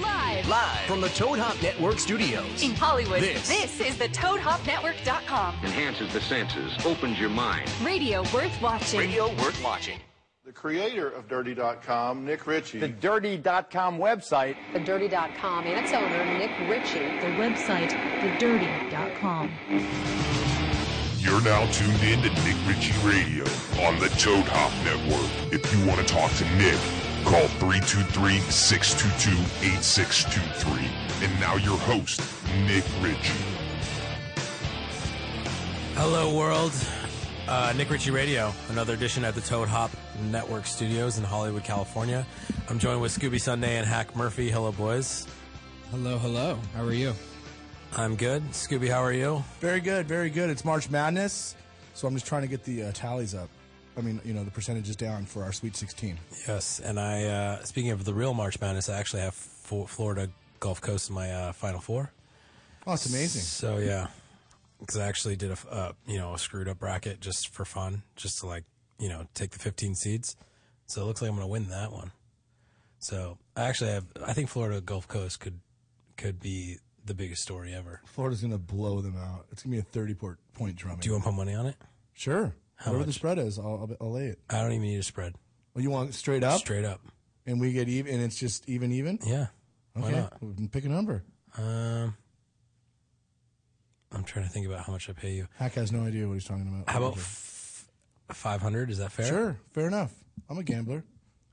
Live. Live from the Toad Hop Network studios. In Hollywood, This. this is the ToadHopNetwork.com. enhances the senses, opens your mind. Radio worth watching. Radio worth watching. The creator of Dirty.com, Nick Ritchie. The dirty.com website. The Dirty.com and its owner, Nick Ritchie. The website, thedirty.com. You're now tuned in to Nick Ritchie Radio on the Toad Hop Network. If you want to talk to Nick, call 323 622 8623. And now your host, Nick Ritchie. Hello, world. Uh, Nick Ritchie Radio, another edition at the Toad Hop Network Studios in Hollywood, California. I'm joined with Scooby Sunday and Hack Murphy. Hello, boys. Hello, hello. How are you? I'm good. Scooby, how are you? Very good, very good. It's March Madness, so I'm just trying to get the uh, tallies up. I mean, you know, the percentages down for our Sweet 16. Yes. And I, uh, speaking of the real March Madness, I actually have F- Florida Gulf Coast in my uh, Final Four. Oh, it's amazing. So yeah, because I actually did a f- uh, you know a screwed up bracket just for fun, just to like you know take the 15 seeds. So it looks like I'm gonna win that one. So I actually have I think Florida Gulf Coast could could be the biggest story ever. Florida's going to blow them out. It's going to be a 30 port, point drumming. Do you want to put money on it? Sure. How Whatever the much? spread is, I'll, I'll, I'll lay it. I don't even need a spread. Well, you want straight up? Straight up. And we get even, and it's just even, even? Yeah. Why okay. not? we can Pick a number. Um, I'm trying to think about how much I pay you. Hack has no idea what he's talking about. How about f- 500? Is that fair? Sure, fair enough. I'm a gambler.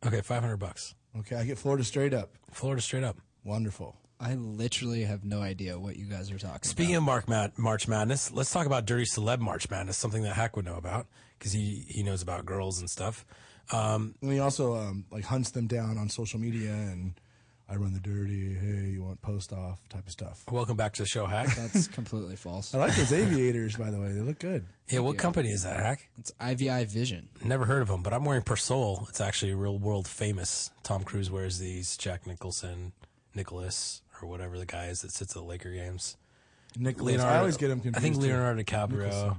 Okay, 500 bucks. Okay, I get Florida straight up. Florida straight up. Wonderful. I literally have no idea what you guys are talking Speaking of Mark Mad- March Madness, let's talk about Dirty Celeb March Madness, something that Hack would know about because he, he knows about girls and stuff. Um, And he also um, like hunts them down on social media and I run the dirty, hey, you want post off type of stuff. welcome back to the show, Hack. about. That's completely false. I like those aviators, by the way. They look good. yeah, what company is that, Hack? It's IVI Vision. Never heard of them, but I'm wearing Persol. It's actually real world famous. Tom Cruise wears these. Jack Nicholson, Nicholas, or whatever the guy is that sits at the Laker games. Nicholas. I always get them confused. I think too. Leonardo DiCaprio. Nicholson.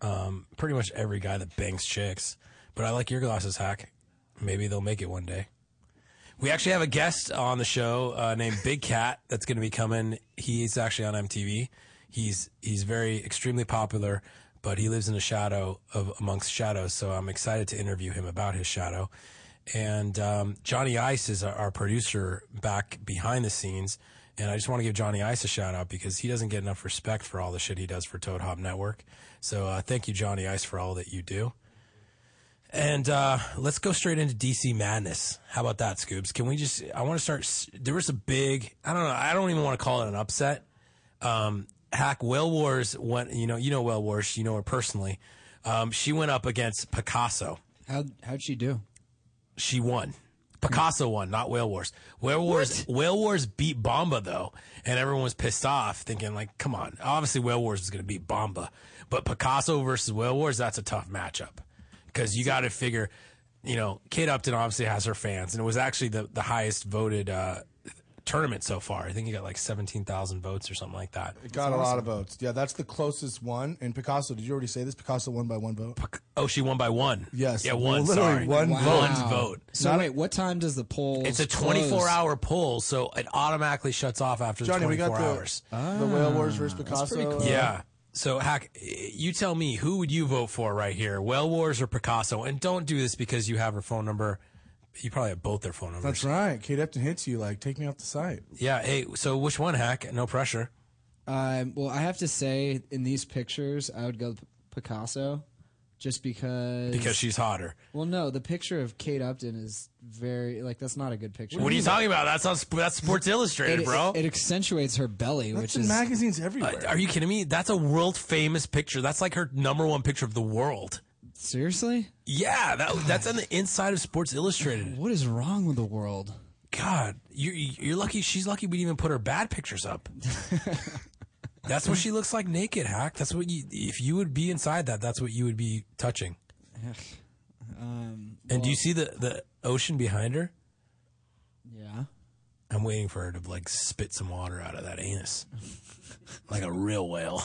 Um, pretty much every guy that bangs chicks. But I like your glasses, Hack. Maybe they'll make it one day. We actually have a guest on the show uh, named Big Cat that's going to be coming. He's actually on MTV. He's he's very extremely popular, but he lives in a shadow of amongst shadows. So I'm excited to interview him about his shadow. And um, Johnny Ice is our, our producer back behind the scenes. And I just want to give Johnny Ice a shout out because he doesn't get enough respect for all the shit he does for Toad Hop Network. So uh, thank you, Johnny Ice, for all that you do. And uh, let's go straight into DC madness. How about that, Scoobs? Can we just? I want to start. s- There was a big. I don't know. I don't even want to call it an upset. Um, Hack Whale Wars went. You know. You know Whale Wars. You know her personally. Um, she went up against Picasso. How how'd she do? She won. Picasso won, not Whale Wars. Whale Wars. Whale Wars beat Bomba though, and everyone was pissed off, thinking like, "Come on!" Obviously, Whale Wars is going to beat Bomba, but Picasso versus Whale Wars, that's a tough matchup because you got to figure, you know, Kate Upton obviously has her fans, and it was actually the the highest voted uh, tournament so far. I think you got like seventeen thousand votes or something like that. Got a lot of votes. Yeah, that's the closest one. And Picasso, did you already say this? Picasso won by one vote. Oh, she won by one. Yes. yeah, one. Literally sorry, one one vote. vote. So wait, what time does the poll? It's a 24 hour poll, so it automatically shuts off after the Johnny, we 24 got the, hours. the Whale Wars versus Picasso. uh, yeah. So, Hack, you tell me, who would you vote for right here? Whale Wars or Picasso? And don't do this because you have her phone number. You probably have both their phone numbers. That's right. Kate Upton hits you like, take me off the site. Yeah. Hey, so which one, Hack? No pressure. Um, well, I have to say, in these pictures, I would go P- Picasso, just because. Because she's hotter. Well, no, the picture of Kate Upton is very like that's not a good picture. What are you talking about? That's on, Sp- that's Sports Illustrated, It, bro. it accentuates her belly, That's which in is magazines Uh, everywhere. are you kidding me? That's a world famous picture. That's like her number one picture of the world. seriously. Yeah, that, that's on the inside of Sports Illustrated. What is wrong with the world? God, you're, you're lucky. She's lucky we didn't even put her bad pictures up. that's what she looks like naked, Hack. That's what you, if you would be inside that, that's what you would be touching. Um, And do you see the, the ocean behind her? yeah. I'm waiting for her to like spit some water out of that anus. like a real whale.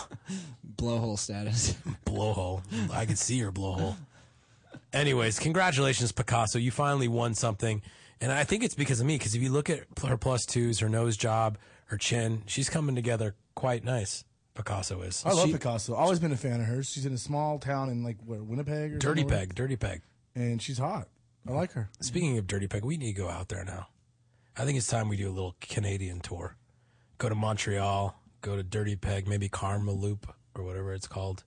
Blowhole status. Blowhole. I could see her blowhole. Anyways, congratulations, Picasso. You finally won something. And I think it's because of me. Because if you look at her plus twos, her nose job, her chin, she's coming together quite nice. Picasso is. I love She- Picasso. Always been a fan of hers. She's in a small town in like what, Winnipeg or Dirty somewhere? Peg, Dirty Peg. and she's hot. I like her. Speaking of Dirty Peg, we need to go out there now. I think it's time we do a little Canadian tour. Go to Montreal, go to Dirty Peg, maybe Carmeloop or whatever it's called.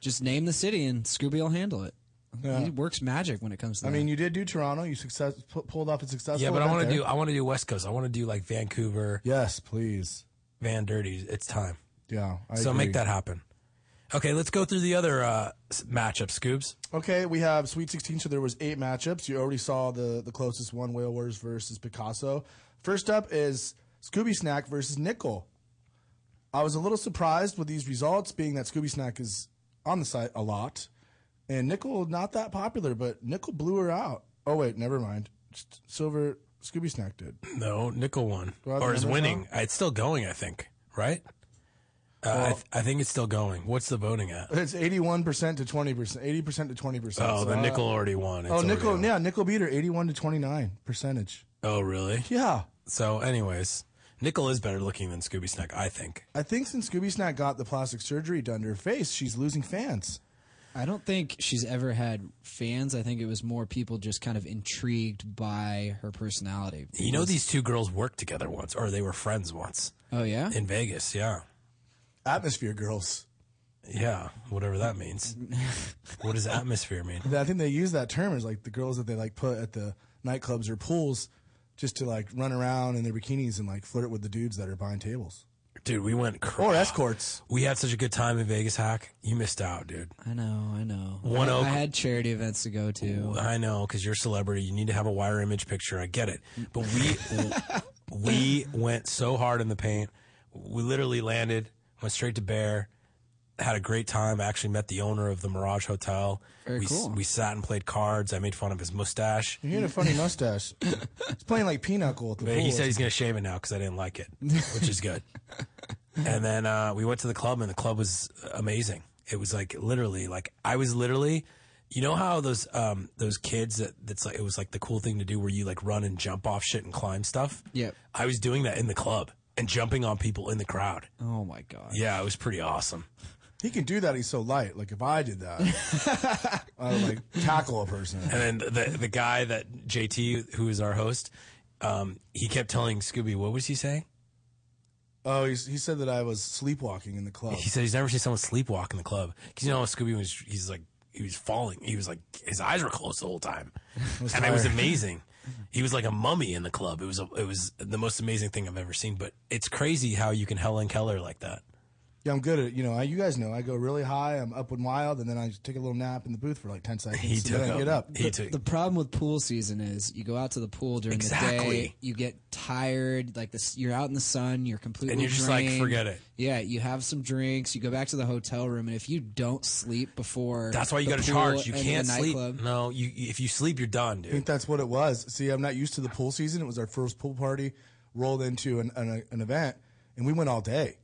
Just name the city and Scooby will handle it. Yeah. He works magic when it comes to I that. mean, you did do Toronto. You success pu- pulled off a successful. yeah, but I event want to there. do I want to do West Coast. I want to do like Vancouver, Yes, please. Van Dirty. It's time. Yeah. I so agree. make that happen. Okay, let's go through the other uh, s- matchup, Scoobs. Okay, we have Sweet 16. So there was eight matchups. You already saw the the closest one: Whale Wars versus Picasso. First up is Scooby Snack versus Nickel. I was a little surprised with these results, being that Scooby Snack is on the site a lot, and Nickel not that popular. But Nickel blew her out. Oh wait, never mind. Just Silver Scooby Snack did. No, Nickel won I have or the is numbers winning. It's still going, I think. Right? Uh, I, th- I think it's still going. What's the voting at? It's eighty-one percent to twenty percent. Eighty percent to twenty percent. Oh, the Nickel already won. It's Oh, already Nickel. on. Yeah, Nickel beat her eighty-one to twenty-nine percentage. Oh, really? Yeah. So, anyways, Nickel is better looking than Scooby Snack, I think. I think since Scooby Snack got the plastic surgery done to her face, she's losing fans. I don't think she's ever had fans. I think it was more people just kind of intrigued by her personality. You know, these two girls worked together once, or they were friends once Oh yeah, in Vegas. Yeah. Atmosphere girls. Yeah. Whatever that means. what does atmosphere mean? I think they use that term as like the girls that they like put at the nightclubs or pools just to like run around in their bikinis and like flirt with the dudes that are buying tables Dude, we went. Cr- or escorts. We had such a good time in Vegas, Hack. You missed out, dude. I know, I know. One I, Oak- I had charity events to go to. I know, because you're a celebrity. You need to have a wire image picture. I get it. But we we went so hard in the paint. We literally landed, went straight to Bear, had a great time. I actually met the owner of the Mirage Hotel. Very we, s- cool. we sat and played cards. I made fun of his mustache. You had a funny mustache. It's playing like Pinochle at the But pool. he said he's going to shave it now because I didn't like it, which is good. and then uh, we went to the club, and the club was amazing. It was like literally, like I was literally, you know how those um, those kids that that's like it was like the cool thing to do where you like run and jump off shit and climb stuff. Yep. I was doing that in the club and jumping on people in the crowd. Oh my god. Yeah, it was pretty awesome. he can do that. He's so light. Like if I did that, I would like tackle a person. And then the the guy that JT, who is our host, um, he kept telling Scooby, what was he saying? Oh, he's, he said that I was sleepwalking in the club. He said he's never seen someone sleepwalk in the club. 'Cause you know, Scooby was he's like he was falling. He was like his eyes were closed the whole time, and it was tired. amazing. He was like a mummy in the club. It was a, it was the most amazing thing I've ever seen. But it's crazy how you can Helen Keller like that. Yeah, I'm good at you know. I, you guys know I go really high. I'm up and wild, and then I just take a little nap in the booth for like ten seconds. He and took then I up. get up. He took. The problem with pool season is you go out to the pool during the Exactly. day, you get tired, like this, you're out in the sun, you're completely And you're just like, drained. "Forget it." Yeah, you have some drinks, you go back to the hotel room, and if you don't sleep before, that's why you the got to pool charge. You and the can't sleep. nightclub- No, you you- if you sleep, you're done, I think dude. that's what it was. See, I'm not used to the pool season. It was our first pool party. Rolled into an an, an event, and we went all day.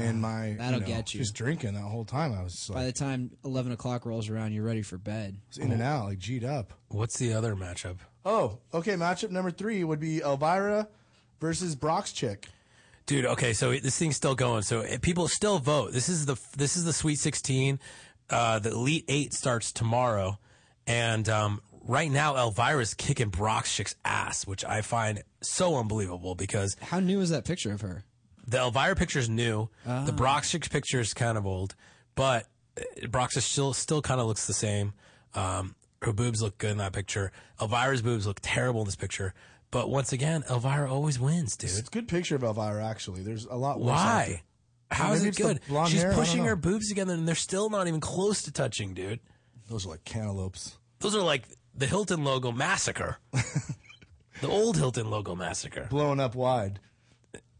and my that'll know, get you. just drinking that whole time. I was just By the like time eleven o'clock rolls around, you're ready for bed. just in and out, like G'd up. What's the other matchup? Oh, okay. Matchup number three would be Elvira versus Brock's chick. Dude, okay, so this thing's still going. So eh, people still vote. This is the this is the Sweet 16. Uh, the Elite Eight starts tomorrow, and um, right now Elvira's kicking Brock's chick's ass, which I find so unbelievable because How new is that picture of her? the Elvira picture's new, the Brock's chick's picture is kind of old, but eh, Brock's is still still kind of looks the same. Um, her boobs look good in that picture. Elvira's boobs look terrible in this picture. But once again, Elvira always wins, dude. It's a good picture of Elvira. Actually, there's a lot. worse out there. Why? How is Maybe it it's the good? blonde She's hair, I don't pushing her know. boobs together and they're still not even close to touching, dude. Those are like cantaloupes. Those are like the Hilton logo massacre. the old Hilton logo massacre. Blown up wide.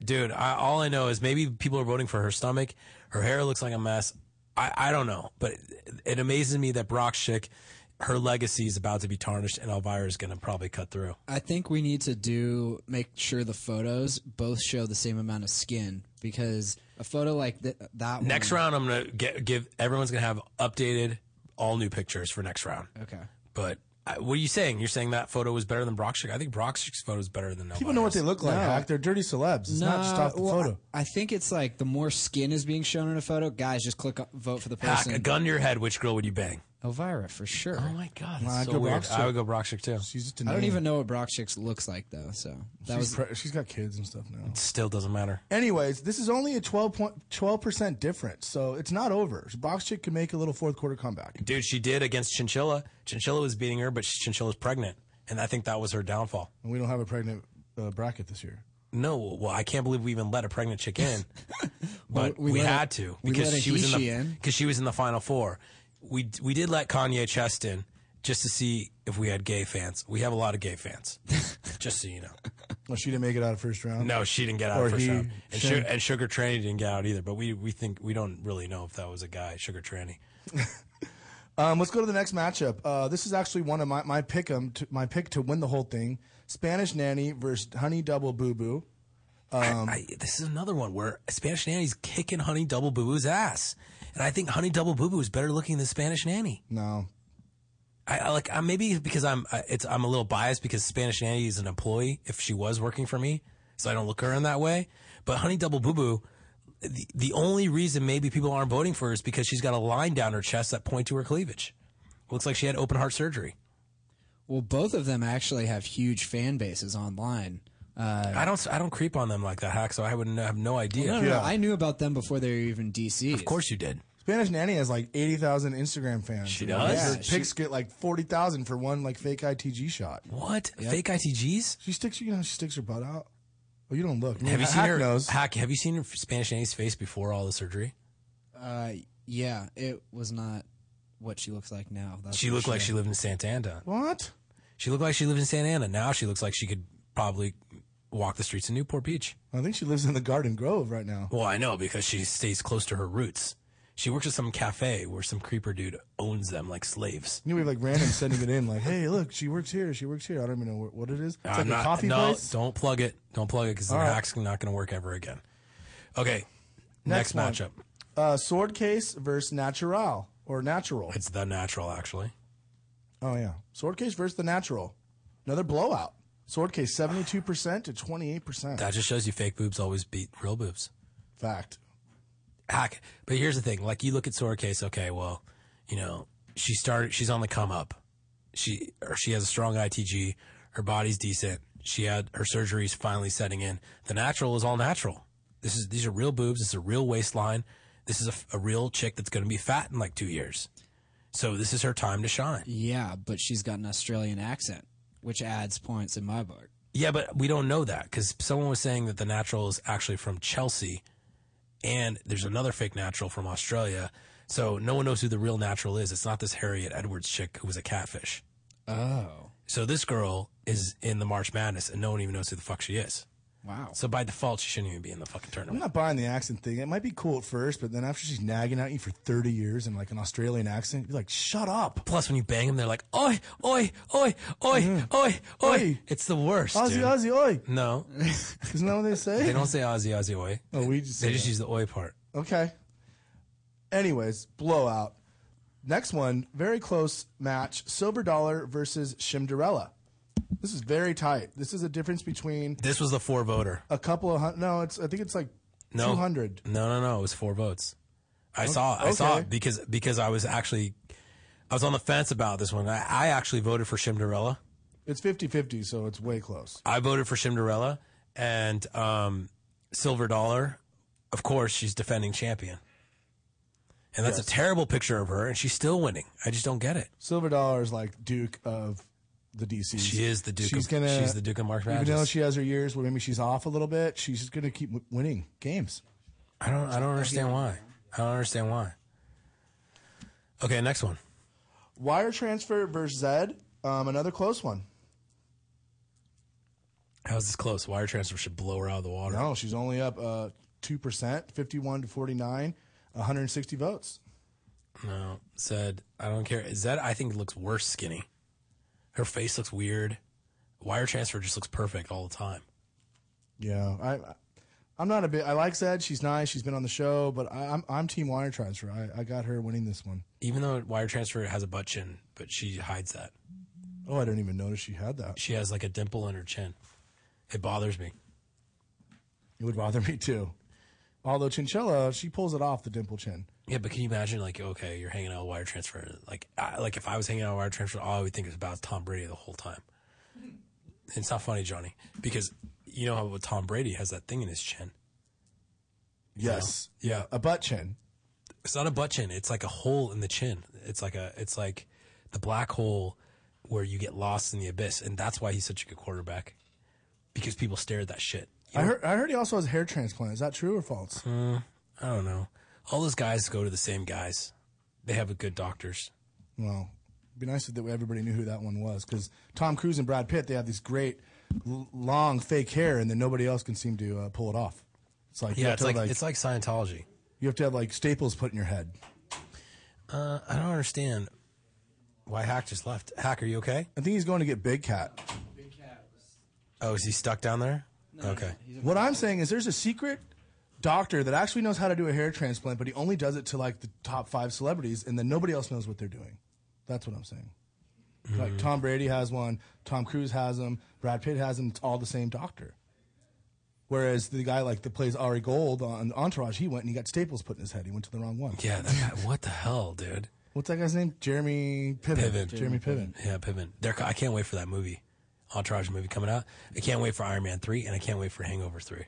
Dude, I, all I know is maybe people are voting for her stomach. Her hair looks like a mess. I, I don't know, but it, it amazes me that Brock Schick, her legacy is about to be tarnished and Elvira's going to probably cut through. I think we need to do make sure the photos both show the same amount of skin because a photo like th- that Next Mm. one, round, I'm going to give everyone's going to have updated, all new pictures for next round. Okay. But I- what are you saying? You're saying that photo was better than Brock Schick? I think Brock Schick's photo is better than People know what they look like. No. Hack. They're dirty celebs. It's not just off the well, photo. I I think it's like the more skin is being shown in a photo, guys, just click up, vote for the Hack person. a gun to your head. Which girl would you bang? Elvira for sure. Oh my god, I'd that's so go Brock weird. Schick. I would go Brock Schick too. She's just a I don't name. even know what Brock Chicks looks like though, so that She's was pre- she's got kids and stuff now. Still doesn't matter. Anyways, this is only a 12 percent difference, so it's not over. Box chick can make a little fourth quarter comeback. Dude, she did against Chinchilla. Chinchilla was beating her, but Chinchilla's pregnant, and I think that was her downfall. And we don't have a pregnant uh, bracket this year. No, well, I can't believe we even let a pregnant chick in, but we we, let a- had to we because let a she was in he, she the in. because she was in the final four. We we did let Kanye Chest in just to see if we had gay fans. We have a lot of gay fans, just so you know. Well, she didn't make it out of first round. No, she didn't get out Or of first he, round, and, Shan- Su- and Sugar Tranny didn't get out either. But we we think we don't really know if that was a guy, Sugar Tranny. Um, let's go to the next matchup. Uh, this is actually one of my my pick 'em to, my pick to win the whole thing. Spanish nanny versus honey double boo boo. I, this is another one where Spanish Nanny's kicking Honey Double Boo Boo's ass, and I think Honey Double Boo Boo is better looking than Spanish Nanny. No, I, I like I, maybe because I'm I, it's I'm a little biased because Spanish Nanny is an employee if she was working for me, so I don't look her in that way. But Honey Double Boo Boo, the, the only reason maybe people aren't voting for her is because she's got a line down her chest that point to her cleavage. Looks like she had open heart surgery. well. Both of them actually have huge fan bases online. Uh, I don't I don't creep on them like that, hack. So I wouldn't have no idea. No, no, no, Yeah. I knew about them before they were even DC. Of course you did. Spanish nanny has like eighty thousand Instagram fans. She does? Her Yeah, picks get like forty thousand for one like fake ITG shot. What fake ITGs? She sticks you know she sticks her butt out. Oh, you don't look. Have you seen Hack her? Knows. Hack, have you seen her Spanish Nanny's face before all the surgery? Uh, yeah, it was not what she looks like now. Oh, That's She for looked like sure. she lived in Santa Ana. What? She looked like she lived in Santa Ana. Now she looks like she could probably walk the streets of Newport Beach. I think she lives in the Garden Grove right now. Well, I know because she stays close to her roots. She works at some cafe where some creeper dude owns them like slaves. You know, we have like random sending it in, like, "Hey, look, she works here. She works here. I don't even know wh- what it is. It's like I'm a not- coffee no, place." don't plug it. Don't plug it because the All right. hack's not going to work ever again. Okay, Next next, one. matchup. Uh, sword case versus natural or natural. It's the natural, actually. Oh yeah, sword case versus the natural. Another blowout. Sword case seventy two percent to twenty eight percent. That just shows you fake boobs always beat real boobs. Fact. hack. But here's the thing: like you look at Sora Case, okay, well, you know, she started. She's on the come up. She or she has a strong ITG. Her body's decent. She had her surgeries finally setting in. The natural is all natural. This is these are real boobs. This is a real waistline. This is a, a real chick that's going to be fat in like two years. So this is her time to shine. Yeah, but she's got an Australian accent, which adds points in my book. Yeah, but we don't know that because someone was saying that the natural is actually from Chelsea, and there's another fake natural from Australia. So no one knows who the real natural is. It's not this Harriet Edwards chick who was a catfish. Oh, So this girl is in the March Madness, and no one even knows who the fuck she is. wow. So by default, she shouldn't even be in the fucking I'm tournament. not buying the accent thing. It might be cool at first, but then after she's nagging at you for thirty years in like an Australian accent, you're like, "Shut up." Plus, when you bang them, they're like, "Oi, oi, oi, oi, oi, oi!" Oi. It's the worst. Aussie, dude. Aussie, oi! No, Isn't that what they say? they don't say Aussie, Aussie, oi. Oh, we just They say just that. use the oi part. Okay. Anyways, blowout. Next one, very close match: Silver Dollar versus Shimderella. This is very tight. This is a difference between This was the four voter. a couple of hun- no. It's I think it's like No, two hundred. Oh, No, no, no. It was four votes. I saw. I saw okay. it because because I was actually I was on the fence about this one. I, I actually voted for Shimderella. It's 50-50, so it's way close. I voted for Shimderella and um, Silver Dollar. Of course, she's defending champion, and that's a terrible picture of her, and she's still winning. I just don't get it. Silver Dollar is like Duke of the DC. She is the Duke She's of- gonna. she's the Duke of March Even though Madness. she has her years where maybe she's off a little bit, she's just gonna keep w- winning games. I don't. I don't understand why. I don't understand why. Okay, next one. Wire transfer versus Zed. Um, another close one. How's this close? Wire transfer should blow her out of the water. No, she's only up uh two percent, fifty-one to forty-nine, one hundred and sixty votes. No, said I don't care. Zed, I think looks worse skinny. Her face looks weird. Wire transfer just looks perfect all the time. Yeah, I. I- I'm not a bit. I like Zed. She's nice. She's been on the show, but I, I'm I'm team wire transfer. I, I got her winning this one. Even though wire transfer has a butt chin, but she hides that. Oh, I didn't even notice she had that. She has like a dimple on her chin. It bothers me. It would bother me too. Although Chinchilla, she pulls it off the dimple chin. Yeah, but can you imagine? Like, okay, you're hanging out with wire transfer. Like, I, like if I was hanging out with wire transfer, all I would think is about Tom Brady the whole time. It's not funny, Johnny, because you know how Tom Brady has that thing in his chin. Yes. Yeah, A butt chin. it's not a butt chin. It's like a hole in the chin. It's like a, it's like the black hole where you get lost in the abyss, and that's why he's such a good quarterback because people stare at that shit. I heard. I heard he also has a hair transplant. Is that true or false? I don't know. All those guys go to the same guys. They have good doctors. Well, it'd be nice if that everybody knew who that one was because Tom Cruise and Brad Pitt they have these great l- long fake hair and then nobody else can seem to uh, pull it off. It's like you Yeah, have it's to like, have, it's like Scientology. you have to have like staples put in your head. Uh, I don't understand why Hack just left. Hack, are you okay? I think he's going to get Big Cat. Oh, is he stuck down there? okay. What I'm saying is there's a secret doctor that actually knows how to do a hair transplant, but he only does it to like the top five celebrities, and then nobody else knows what they're doing. That's what I'm saying. Mm-hmm. Like Tom Brady has one, Tom Cruise has them, Brad Pitt has them. It's all the same doctor. Whereas the guy like that plays Ari Gold on Entourage, he went and he got staples put in his head. He went to the wrong one. Yeah, that guy, what the hell, dude? What's that guy's name? Jeremy Piven. Piven. Jeremy Piven. Yeah, Piven. They're, I can't wait for that movie, Entourage movie coming out. I can't wait for Iron Man 3, and I can't wait for Hangover 3.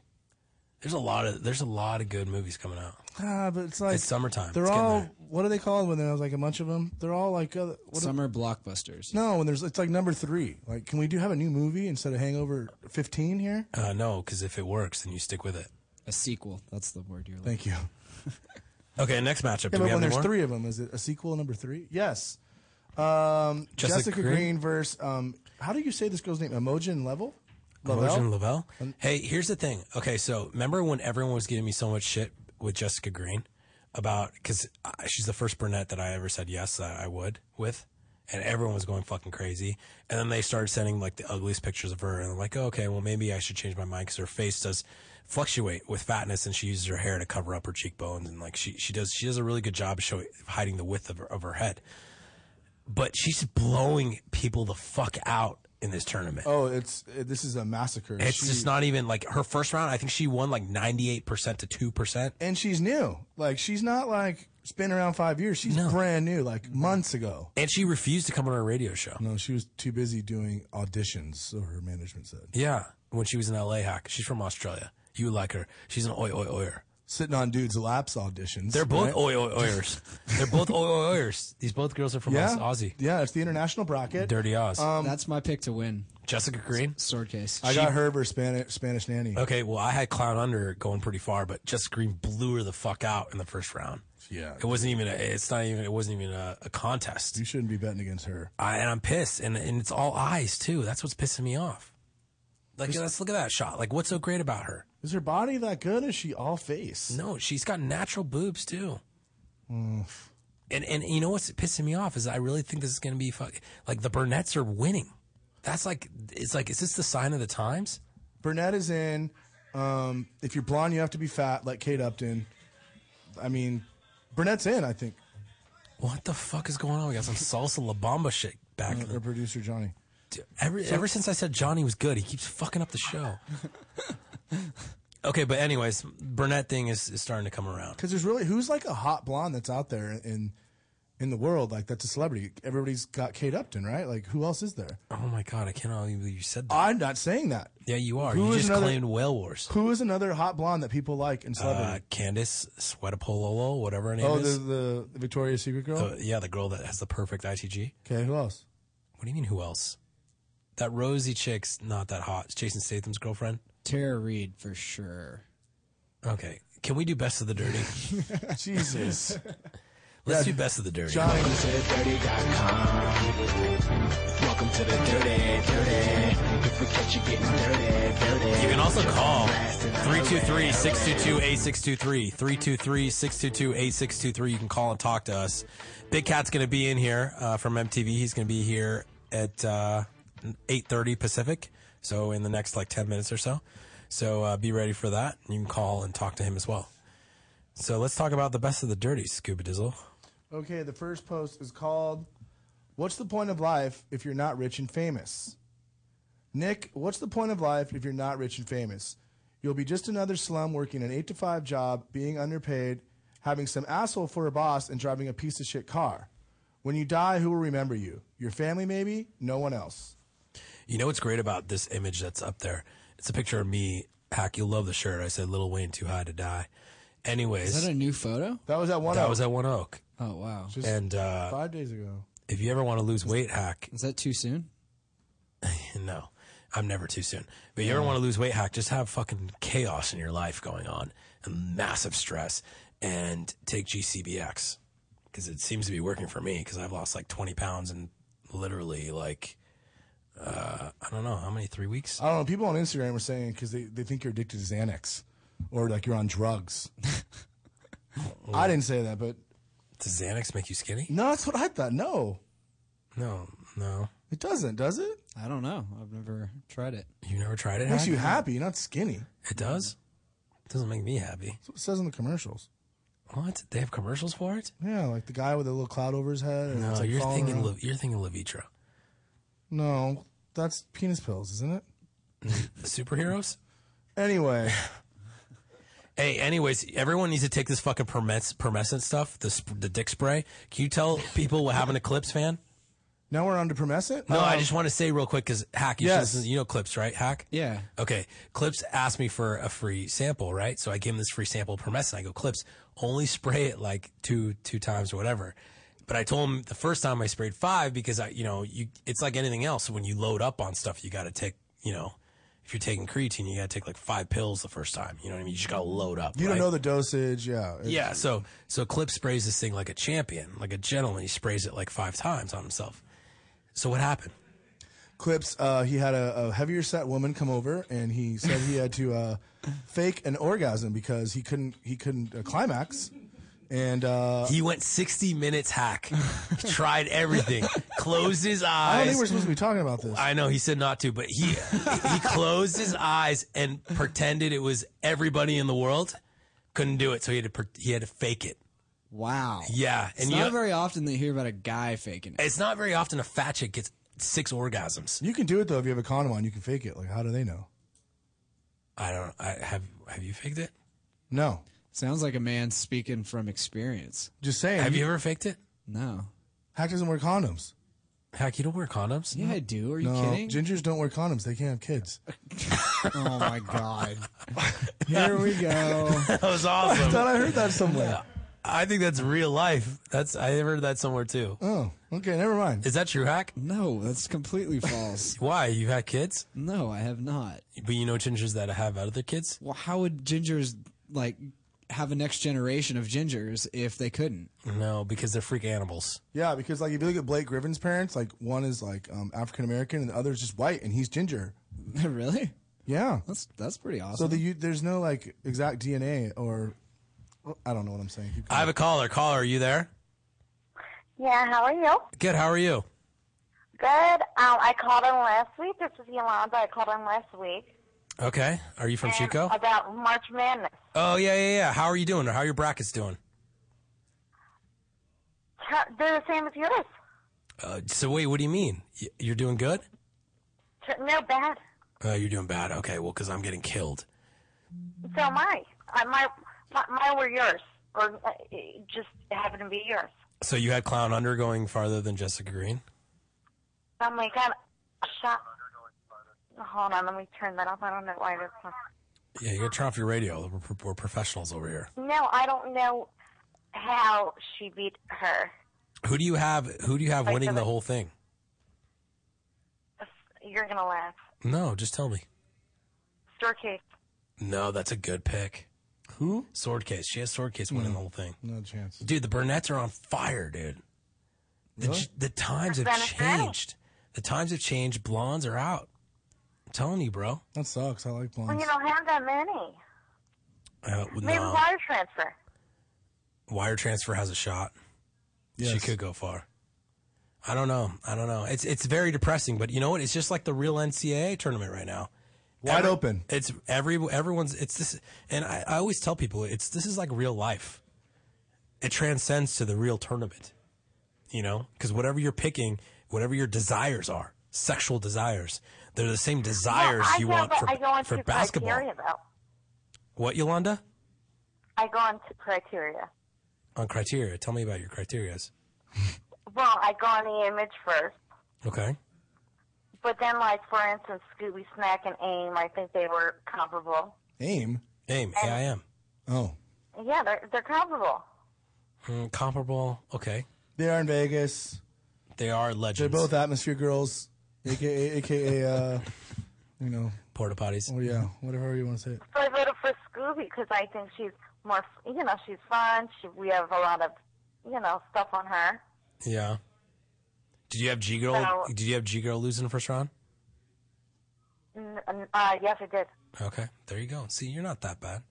There's a lot of there's a lot of good movies coming out. Ah, but it's like It's summertime. They're It's getting all there. what are they called when there's like a bunch of them? They're all like uh, what Summer blockbusters. No, and there's it's like number three. Like, can we do have a new movie instead of Hangover 15 here? Uh, no, because if it works, then you stick with it. A sequel. That's the word you're looking Thank you. Okay, next matchup. Yeah, but Do we have when any there's more? three of them, is it a sequel number three? Yes. Um, Jessica, Jessica Green, Green? versus um, how do you say this girl's name? Emojin Level. Lovell? Emojin Lavelle. Hey, here's the thing. Okay, so remember when everyone was giving me so much shit with Jessica Green about because she's the first brunette that I ever said yes that I would with, and everyone was going fucking crazy. And then they started sending like the ugliest pictures of her, and I'm like, oh, okay, well maybe I should change my mind because her face does fluctuate with fatness, and she uses her hair to cover up her cheekbones, and like she she does she does a really good job of showing hiding the width of her, of her head. But she's blowing people the fuck out in this tournament. Oh, it's uh, this is a massacre. It's She- just not even like her first round. I think she won like ninety eight percent to two percent. and she's new. Like she's not like it's been around five years. She's No. brand new, like months ago. And she refused to come on our radio show. No, she was too busy doing auditions. So her management said, Yeah, when she was in L.A. Hack, she's from Australia. You would like her? She's an oi oi oyer. sitting on dudes' laps auditions. They're both right? oi oi oyers. They're both oi oi oyers. These both girls are from yeah, Aus- Aussie. Yeah, Um, it's the international bracket. Dirty Oz. for. That's my pick to win. Jessica Green. Sword case. I got her versus Spanish, Spanish nanny. Okay, well I had Clown Under going pretty far, but Jessica Green blew her the fuck out in the first round. Yeah. It wasn't even. A, it's not even. It wasn't even a, a contest. You shouldn't be betting against her. I, and I'm pissed, and and it's all eyes too. That's what's pissing me off. Like, let's look at that shot. Like, what's so great about her? Is her body that good? Is she all face? No, she's got natural boobs too. And and you know what's pissing me off is I really think this is going to be fuck, like the Burnett's are winning. That's like it's like is this the sign of the times? Burnett is in. Um, if you're blonde, you have to be fat, like Kate Upton. I mean, Burnett's in, I think. What the fuck is going on? We got some salsa la bamba shit back. in Her the, uh, producer, Johnny. Dude, ever, ever since I said Johnny was good, he keeps fucking up the show. okay, but anyways, Burnett thing is, is starting to come around. Because there's really, who's like a hot blonde that's out there in in the world? Like, that's a celebrity. Everybody's got Kate Upton, right? Like, who else is there? Oh my god, I cannot believe you said that. I'm not saying that. yeah, you are. who You is just another- claimed Whale Wars. Who is another hot blonde that people like in Uh, celebrity? Candace Sweatapololo, whatever her name oh, is. the, the Victoria's Secret girl? The- yeah, the girl that has the perfect ITG. okay, who else? What do you mean, who else? That rosy chick's not that hot. It's Jason Statham's girlfriend. Tara Reid for sure. Okay. Can we do Best of the Dirty? Jesus. Let's do Best of the Dirty. Johnny. Welcome to the dirty, dirty. If we catch you getting dirty, dirty. You can also call 323 622 8623. 323 622 8623. You can call and talk to us. Big Cat's going to be in here uh, from MTV. He's going to be here at uh, 8.30 Pacific. So in the next like 10 minutes or so. So uh, be ready for that. You can call and talk to him as well. So let's talk about the best of the dirty, Scuba Dizzle. Okay, the first post is called What's the point of life if you're not rich and famous? Nick, what's the point of life if you're not rich and famous? You'll be just another slum working an 8 to 5 job, being underpaid, having some asshole for a boss, and driving a piece of shit car. When you die, who will remember you? Your family, maybe? No one else. You know what's great about this image that's up there? It's a picture of me. Hack, you'll love the shirt. I said Little Wayne too high to die. Anyways, Is that a new photo? That was at One that Oak. was at One Oak. Oh wow. Just And uh, five days ago. if you ever want to lose weight, hack, Is that too soon? no, I'm never too soon. But you ever want to lose weight, hack, just have fucking chaos in your life going on and massive stress and take GCBX because it seems to be working for me because I've lost like 20 pounds in literally like, uh, I don't know, how many, three weeks? I don't know. People on Instagram were saying because they, they think you're addicted to Xanax or like you're on drugs. I didn't say that, but Does Xanax make you skinny? no, that's what I thought. No, No, no. it doesn't, does it? I don't know. I've never tried it. You never tried it? It makes Hack? you happy. You're not skinny. It does? It doesn't make me happy. That's what it says in the commercials. What? They have commercials for it? Yeah, like the guy with the little cloud over his head. And No, it's like you're falling thinking around. Le, you're thinking Levitra. no, that's penis pills, isn't it? The superheroes? Anyway, Hey, anyways, everyone needs to take this fucking permes- permescent stuff, the, sp- the dick spray. Can you tell people what happened to Clips, fan? now we're on to Promescent. Um, No, I just want to say real quick because Hack, you, should Yes. listen- you know Clips, right? Hack? Yeah. Okay. Clips asked me for a free sample, right? So I gave him this free sample permescent. I go, Clips, only spray it like two two times or whatever. But I told him the first time I sprayed five because I, you know, you it's like anything else. When you load up on stuff, you got to take, you know, if you're taking creatine, you got to take like five pills the first time. You know what I mean? You just got to load up. you right? don't know the dosage. Yeah, It- Yeah, so so Clip sprays this thing like a champion, like a gentleman. He sprays it like five times on himself. So what happened? clips. Uh, he had a, a heavier set woman come over, and he said he had to uh, fake an orgasm because he couldn't he couldn't uh, climax. And uh, He went 60 minutes hack. He tried everything. closed his I don't eyes. think we're supposed to be talking about this. I know he said not to, but he he closed his eyes and pretended it was everybody in the world. Couldn't do it, so he had to per- he had to fake it. Wow. Yeah, and It's you not know- very often they hear about a guy faking it. it's not very often a fat chick gets six orgasms. you can do it though if you have a condom on. You can fake it. Like, how do they know? I don't. I have have you faked it? No, Sounds like a man speaking from experience. just saying. Have you ever faked it? No. Hack doesn't wear condoms. Hack, you don't wear condoms. Yeah, I do. Are you No, kidding? gingers don't wear condoms. They can't have kids. oh my god. Here we go. That was awesome. Thought I heard that somewhere. I think that's real life. That's I heard that somewhere too. Oh, okay, never mind. Is that true, Hack? No, that's completely false. Why you've had kids, No, I have not. but you know gingers that have other kids. Well, how would gingers like have a next generation of gingers if they couldn't? No, because they're freak animals. Yeah, because like if you look at Blake Griffin's parents, like one is like um, African American and the other is just white, and he's ginger. really? Yeah. That's that's pretty So awesome. the, you, there's no like exact DNA or well, I don't know what I'm saying. Keep I have a caller. Caller, are you there? Yeah, how are you? Good. How are you? Good. Um, I called in last week. This is Yolanda. I called in last week. Okay. Are you from And Chico? About March Madness. Oh yeah, yeah, yeah. How are you doing? How are your brackets doing? How- They're the same as yours. Uh, so wait, what do you mean? Y- You're doing good? Tr- No, bad. Uh, you're doing bad. Okay. Well, because I'm getting killed. So am I. I my, my, mine were yours. Or uh, it just happened to be yours. So you had Clown Under going farther than Jessica Green. Oh my god. Shot. Hold on, let me turn that off. I don't know why that's not. Yeah, you got to turn off your radio. We're, pro- we're professionals over here. No, I don't know how she beat her. Who do you have? Who do you have Like winning the- the whole thing? You're gonna laugh. No, just tell me. Staircase. No, that's a good pick. Who? Hmm. Swordcase. She has Swordcase winning the whole thing. No chance. Dude, the Burnett's are on fire, dude. The, Really? ch- the times have That's better. changed. The times have changed. Blondes are out. I'm telling you, bro. That sucks. I like Well, blondes. you don't have that many. Uh, well, Maybe no. wire transfer. Wire transfer has a shot. She Yes. could go far. I don't know. I don't know. It's it's very depressing, but you know what? It's just like the real NCAA tournament right now. Wide Every- open. It's every everyone's. It's this, and I, I always tell people it's this is like real life. It transcends to the real tournament. you know, because whatever you're picking, whatever your desires are, sexual desires, they're the same desires I you go, want but for, I go on for to basketball. criteria, though. What, Yolanda? I go on to criteria. On criteria. Tell me about your criterias. Well, I go on the image first, Okay. but then, like for instance, Scooby Snack and AIM, I think they were comparable. AIM? AIM. AIM. Oh. Yeah, they're they're comparable. Mm, comparable. Okay. They are in Vegas. They are legends. They're both atmosphere girls, aka aka uh, you know porta potties. Oh yeah, whatever you want to say. So I voted for Scooby because I think she's more, f- you know, she's fun. She, we have a lot of, you know, stuff on her. Yeah. Did you have G girl? No. Did you have G girl lose in the first round? N- n- Uh, yes, I did. Okay, there you go. See, you're not that bad.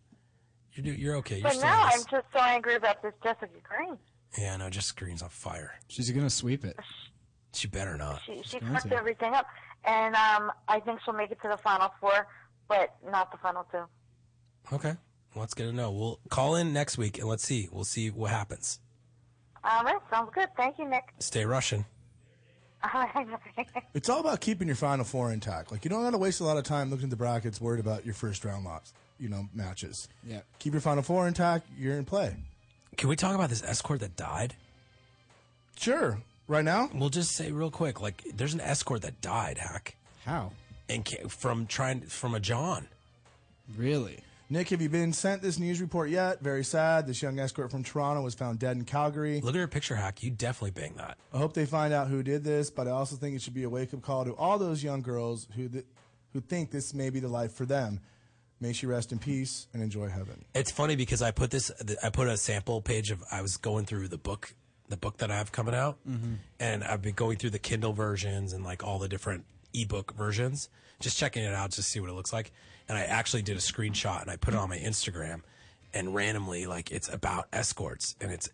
You're do- you're okay. You're But still now I'm nice. just so angry about this Jessica Green. Yeah, no, just screen's on fire. She's gonna sweep it. She better not. She she fucked everything up, and um, I think she'll make it to the final four, but not the final two. Okay, well, that's good to know. We'll call in next week and let's see. We'll see what happens. All right, sounds good. Thank you, Nick. Stay Russian. All right. It's all about keeping your final four intact. Like you don't got to waste a lot of time looking at the brackets, worried about your first round lots, you know, matches. Yeah. Keep your final four intact. You're in play. Can we talk about this escort that died? Sure. Right now, we'll just say real quick. Like, there's an escort that died. Hack. How? And ca- from trying from a John. Really? Nick, have you been sent this news report yet? Very sad. This young escort from Toronto was found dead in Calgary. Look at her picture, Hack. You definitely banged that. I hope they find out who did this, but I also think it should be a wake up call to all those young girls who th- who think this may be the life for them. May she rest in peace and enjoy heaven. It's funny because I put this, I put a sample page of, I was going through the book, the book that I have coming out, Mm-hmm. and I've been going through the Kindle versions and like all the different ebook versions, just checking it out, just see what it looks like. And I actually did a screenshot and I put it on my Instagram, and randomly, like it's about escorts and it's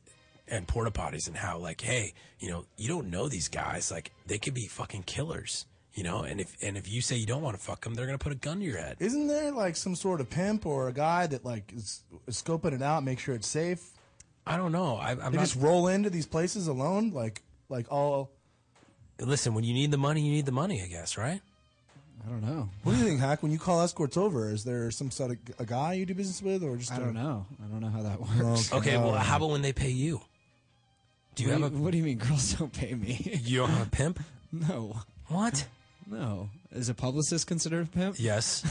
and porta potties and how like, hey, you know, you don't know these guys, like they could be fucking killers, you know, and if and if you say you don't want to fuck them, they're gonna put a gun to your head. Isn't there like some sort of pimp or a guy that like is, is scoping it out, make sure it's safe? I don't know. I, I'm they not- just roll into these places alone, like like all. Listen, when you need the money, you need the money, I guess, right? I don't know. What do you think, Hack? When you call escorts over, is there some sort of a guy you do business with, or just I a- don't know. I don't know how that works. Okay, well, how about when they pay you? Do you what have do you, What do you mean, girls don't pay me? You don't have a pimp? No. What? No. Is a publicist considered a pimp? Yes.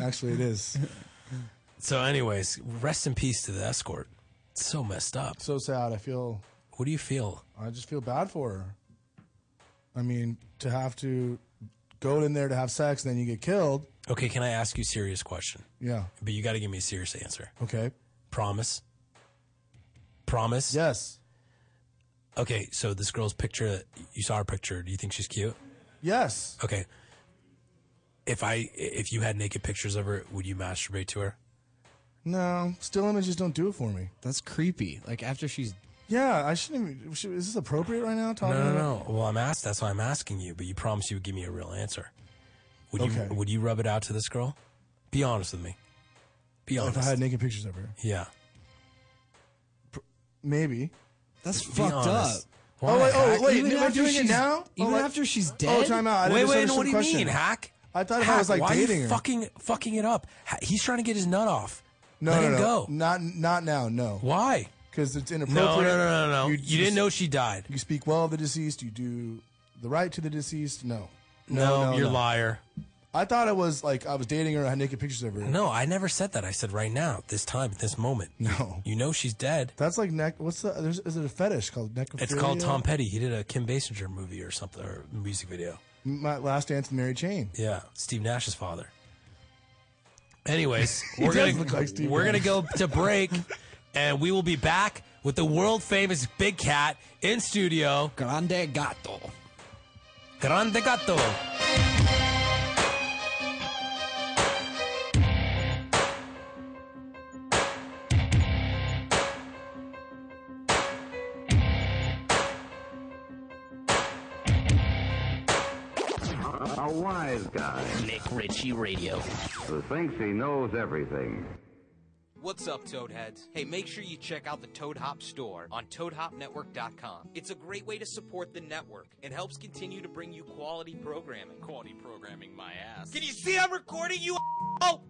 Actually, it is. So, anyways, rest in peace to the escort. It's so messed up. So sad. I feel. What do you feel? I just feel bad for her. I mean, to have to go in there to have sex, and then you get killed. Okay, can I ask you a serious question? Yeah. But you got to give me a serious answer. Okay. Promise. Promise. Yes. Okay, so this girl's picture. You saw her picture. Do you think she's cute? Yes. Okay. If I, if you had naked pictures of her, would you masturbate to her? No, still images don't do it for me. That's creepy. Like after she's Yeah, I shouldn't. Even, should, is this appropriate right now? No, Talking no, about- no. Well, I'm asked. That's why I'm asking you. But you promised you would give me a real answer. Would Okay. you? Would you rub it out to this girl? Be honest with me. Be honest. If I had naked pictures of her, yeah. maybe. That's Be honest. Why? Oh wait! Oh Hack? wait! Even we're after doing it she's- now. even oh, wait- after she's Oh, dead? time out. I wait, didn't wait. understand What do the you question. mean, hack? I thought if hack, I was like why dating are you her. fucking fucking it up? Ha- He's trying to get his nut off. no, Let no, him no. go. Not not now. No. Why? Because it's inappropriate. No, no, no, no, no. You, didn't s- know she died. You speak well of the deceased. You do the right to the deceased. No. No, no, you're no. liar. I thought it was like I was dating her. and I had naked pictures of her. No, I never said that. I said right now, this time, at this moment. No. You know she's dead. That's like neck. What's the? There's, is it a fetish called necrophilia? It's called Tom Petty. He did a Kim Basinger movie or something or music video. My last dance with Mary Jane. Yeah, Steve Nash's father. Anyways, we're does gonna look like Steve we're Nash. gonna go to break, and we will be back with the world famous Big Cat in studio. grande gato. Grande Gato. A wise guy Nick Ritchie Radio. who thinks he knows everything. What's up, Toadheads? Hey, make sure you check out the Toad Hop store on ToadHopNetwork.com. It's a great way to support the network and helps continue to bring you quality programming. Quality programming, my ass. Can you see I'm recording you? Oh!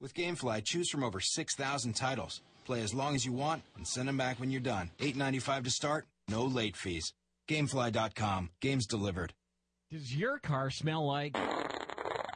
With GameFly, choose from over 6,000 titles. Play as long as you want and send them back when you're done. $8.95 to start, no late fees. Gamefly.com. Games delivered. Does your car smell like?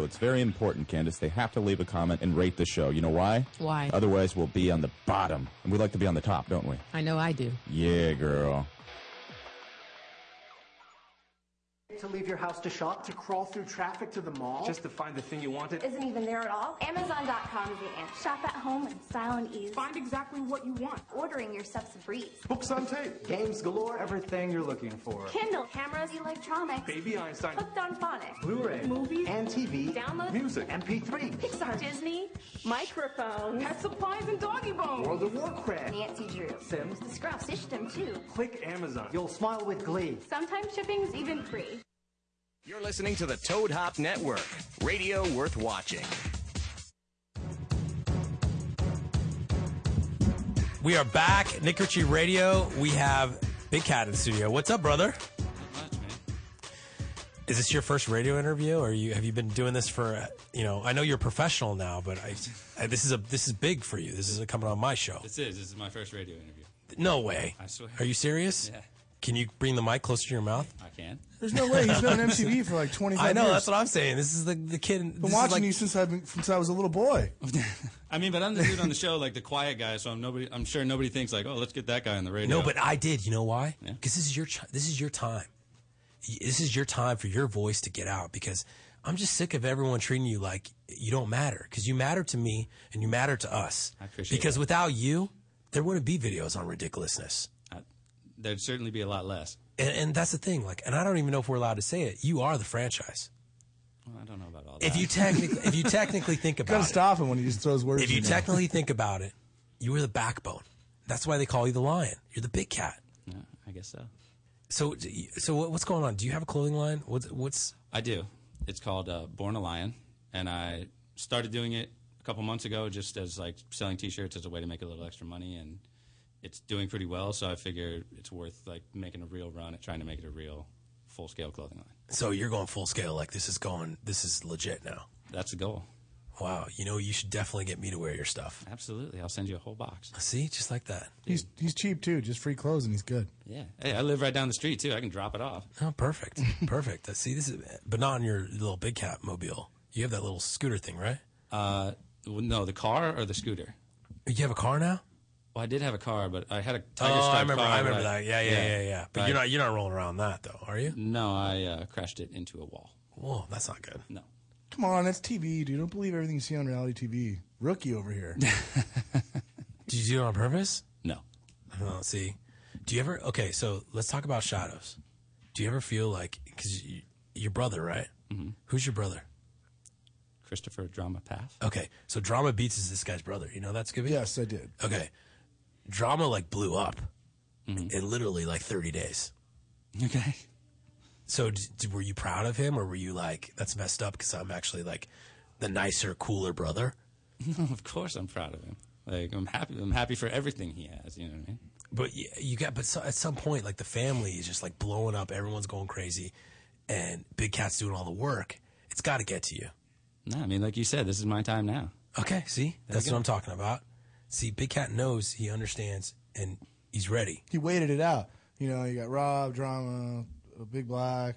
It's very important, Candace. They have to leave a comment and rate the show. You know why? Why? Otherwise, we'll be on the bottom. And we like to be on the top, don't we? I know I do. Yeah, girl. To leave your house to shop, to crawl through traffic to the mall. Just to find the thing you wanted. isn't even there at all. Amazon.com is the answer. Shop at home in style and ease. Find exactly what you want. Ordering your stuff's a breeze. Books on tape. Games galore. Everything you're looking for. Kindle, cameras, electronics. Baby Einstein. Hooked on phonics. Blu-ray. Movies. And TV. Downloads. Music. MP3. Pixar. Disney. Microphones. Pet supplies and doggy bones. World of Warcraft. Nancy Drew. Sims. The Scruff System too. Click Amazon. You'll smile with glee. Sometimes shipping's even free. You're listening to the Toad Hop Network, radio worth watching. We are back, Nick Ritchie Radio. We have Big Cat in the studio. What's up, brother? Is this your first radio interview, or you have you been doing this for? uh, You know, I know you're a professional now, but I, I this is a this is big for you. This is coming on my show. This is this is my first radio interview. No way. I swear. Are you serious? Yeah. Can you bring the mic closer to your mouth? I can. There's no way he's been on MTV for like 25 I know. years. That's what I'm saying. This is the the kid. Been this is watching like- you since I've been, since I was a little boy. I mean, but I'm the dude on the show, like the quiet guy. So I'm nobody. I'm sure nobody thinks like, oh, let's get that guy on the radio. No, but I did. You know why? Because this is your ch- this is your time. Y- This is your time for your voice to get out. Because I'm just sick of everyone treating you like you don't matter. Because you matter to me and you matter to us. I appreciate Because that. without you, there wouldn't be videos on ridiculousness. there'd certainly be a lot less. And, and that's the thing. Like, and I don't even know if we're allowed to say it. You are the franchise. Well, I don't know about all that. If you technically, if you technically think about Gotta it, stop him when he just throws words. if you in there. technically think about it, you are the backbone. That's why they call you the lion. You're the big cat. Yeah, I guess so. So, so what- what's going on? Do you have a clothing line? What's, what's I do. It's called uh, Born a Lion, and I started doing it a couple months ago, just as like selling T-shirts as a way to make a little extra money, and it's doing pretty well. So I figure it's worth like making a real run at trying to make it a real full-scale clothing line. so you're going full scale? Like this is going, this is legit now. That's the goal. Wow. You know, you should definitely get me to wear your stuff. Absolutely, I'll send you a whole box. See, just like that. he's he's cheap too. Just free clothes and he's good. Yeah. Hey, I live right down the street too. I can drop it off. Oh, perfect, perfect. Uh, See, this is, but not on your little big cat mobile. You have that little scooter thing, right? Uh, well, no, the car or the scooter. You have a car now? Well, I did have a car, but I had a tiger oh, Stripe I remember, car, I remember but that. Yeah, yeah, yeah, yeah. But you're I- not, you're not rolling around that though, are you? No, I uh, crashed it into a wall. Whoa, that's not good. No. Come on, that's TV, dude. Don't believe everything you see on reality TV. Rookie over here. Did you do it on purpose? No. Oh, see, do you ever? Okay, so let's talk about shadows. Do you ever feel like because you, your brother, right? Mm-hmm. Who's your brother? Christopher Drama Path. Okay, so Drama Beats is this guy's brother. You know that Scooby? Yes, I did. Okay, Drama like blew up in literally like thirty days. Okay. So d- d- were you proud of him, or were you like, "That's messed up" because I'm actually like the nicer, cooler brother? No, of course I'm proud of him. Like I'm happy. I'm happy for everything he has. You know what I mean? But y- you got, but so, at some point, like the family is just like blowing up. Everyone's going crazy, and Big Cat's doing all the work. It's got to get to you. No, I mean, like you said, this is my time now. Okay, see, There that's you what go. I'm talking about. See, Big Cat knows, he understands, and he's ready. He waited it out. You know, you got Rob, Drama, uh, Big Black,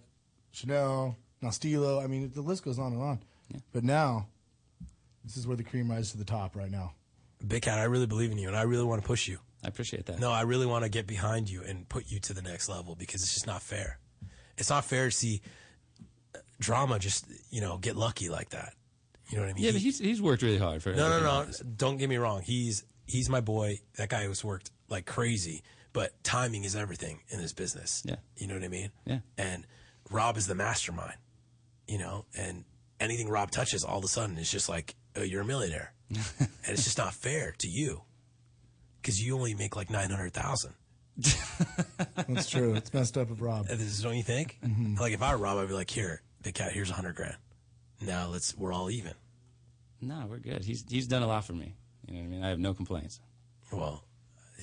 Chanel, Nostilo. I mean, the list goes on and on. But now, this is where the cream rises to the top right now. Big Cat, I really believe in you, and I really want to push you. I appreciate that. No, I really want to get behind you and put you to the next level because it's just not fair. It's not fair to see uh, drama just you know get lucky like that. You know what I mean? Yeah, but he's he's worked really hard for. no, no, everything. no. Don't get me wrong. He's he's my boy. That guy has worked like crazy, but timing is everything in this business. Yeah. you know what I mean. Yeah. and Rob is the mastermind. You know, and anything Rob touches, all of a sudden, it's just like oh, you're a millionaire, and it's just not fair to you because you only make like nine hundred thousand. That's true. It's messed up with Rob. And this- Don't you think? Mm-hmm. Mhm. Like if I were Rob, I'd be like, here, big cat, here's a hundred grand. Now let's we're all even. No, we're good. He's he's done a lot for me. You know what I mean? I have no complaints. Well,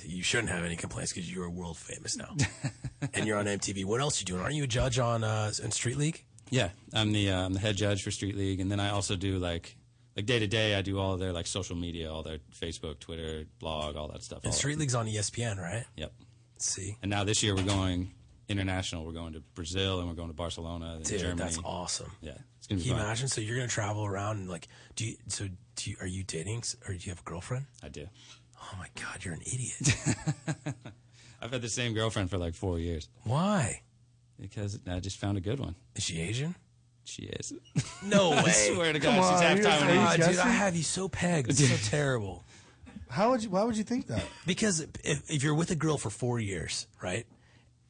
you shouldn't have any complaints because you're world famous now, and you're on MTV. What else you doing? Aren't you a judge on uh, in Street League? Yeah, I'm the uh, I'm the head judge for Street League, and then I also do like like day to day. I do all their like social media, all their Facebook, Twitter, blog, all that stuff. And all- Street League's on E ESPN, right? Yep. See, And now this year we're going international. We're going to Brazil and we're going to Barcelona, and dude, Germany. that's awesome. Yeah, it's Can gonna be you fun. imagine? So you're gonna travel around and like, do you? So do you? Are you dating? s- Or do you have a girlfriend? I do. Oh my god, you're an idiot. I've had the same girlfriend for like four years. Why? Because I just found a good one. Is she Asian? She is. No way. I swear to God, she's half Ah, Taiwanese. dude, I have you so pegged. It's so terrible. How would you? Why would you think that? Because if, if you're with a girl for four years, right,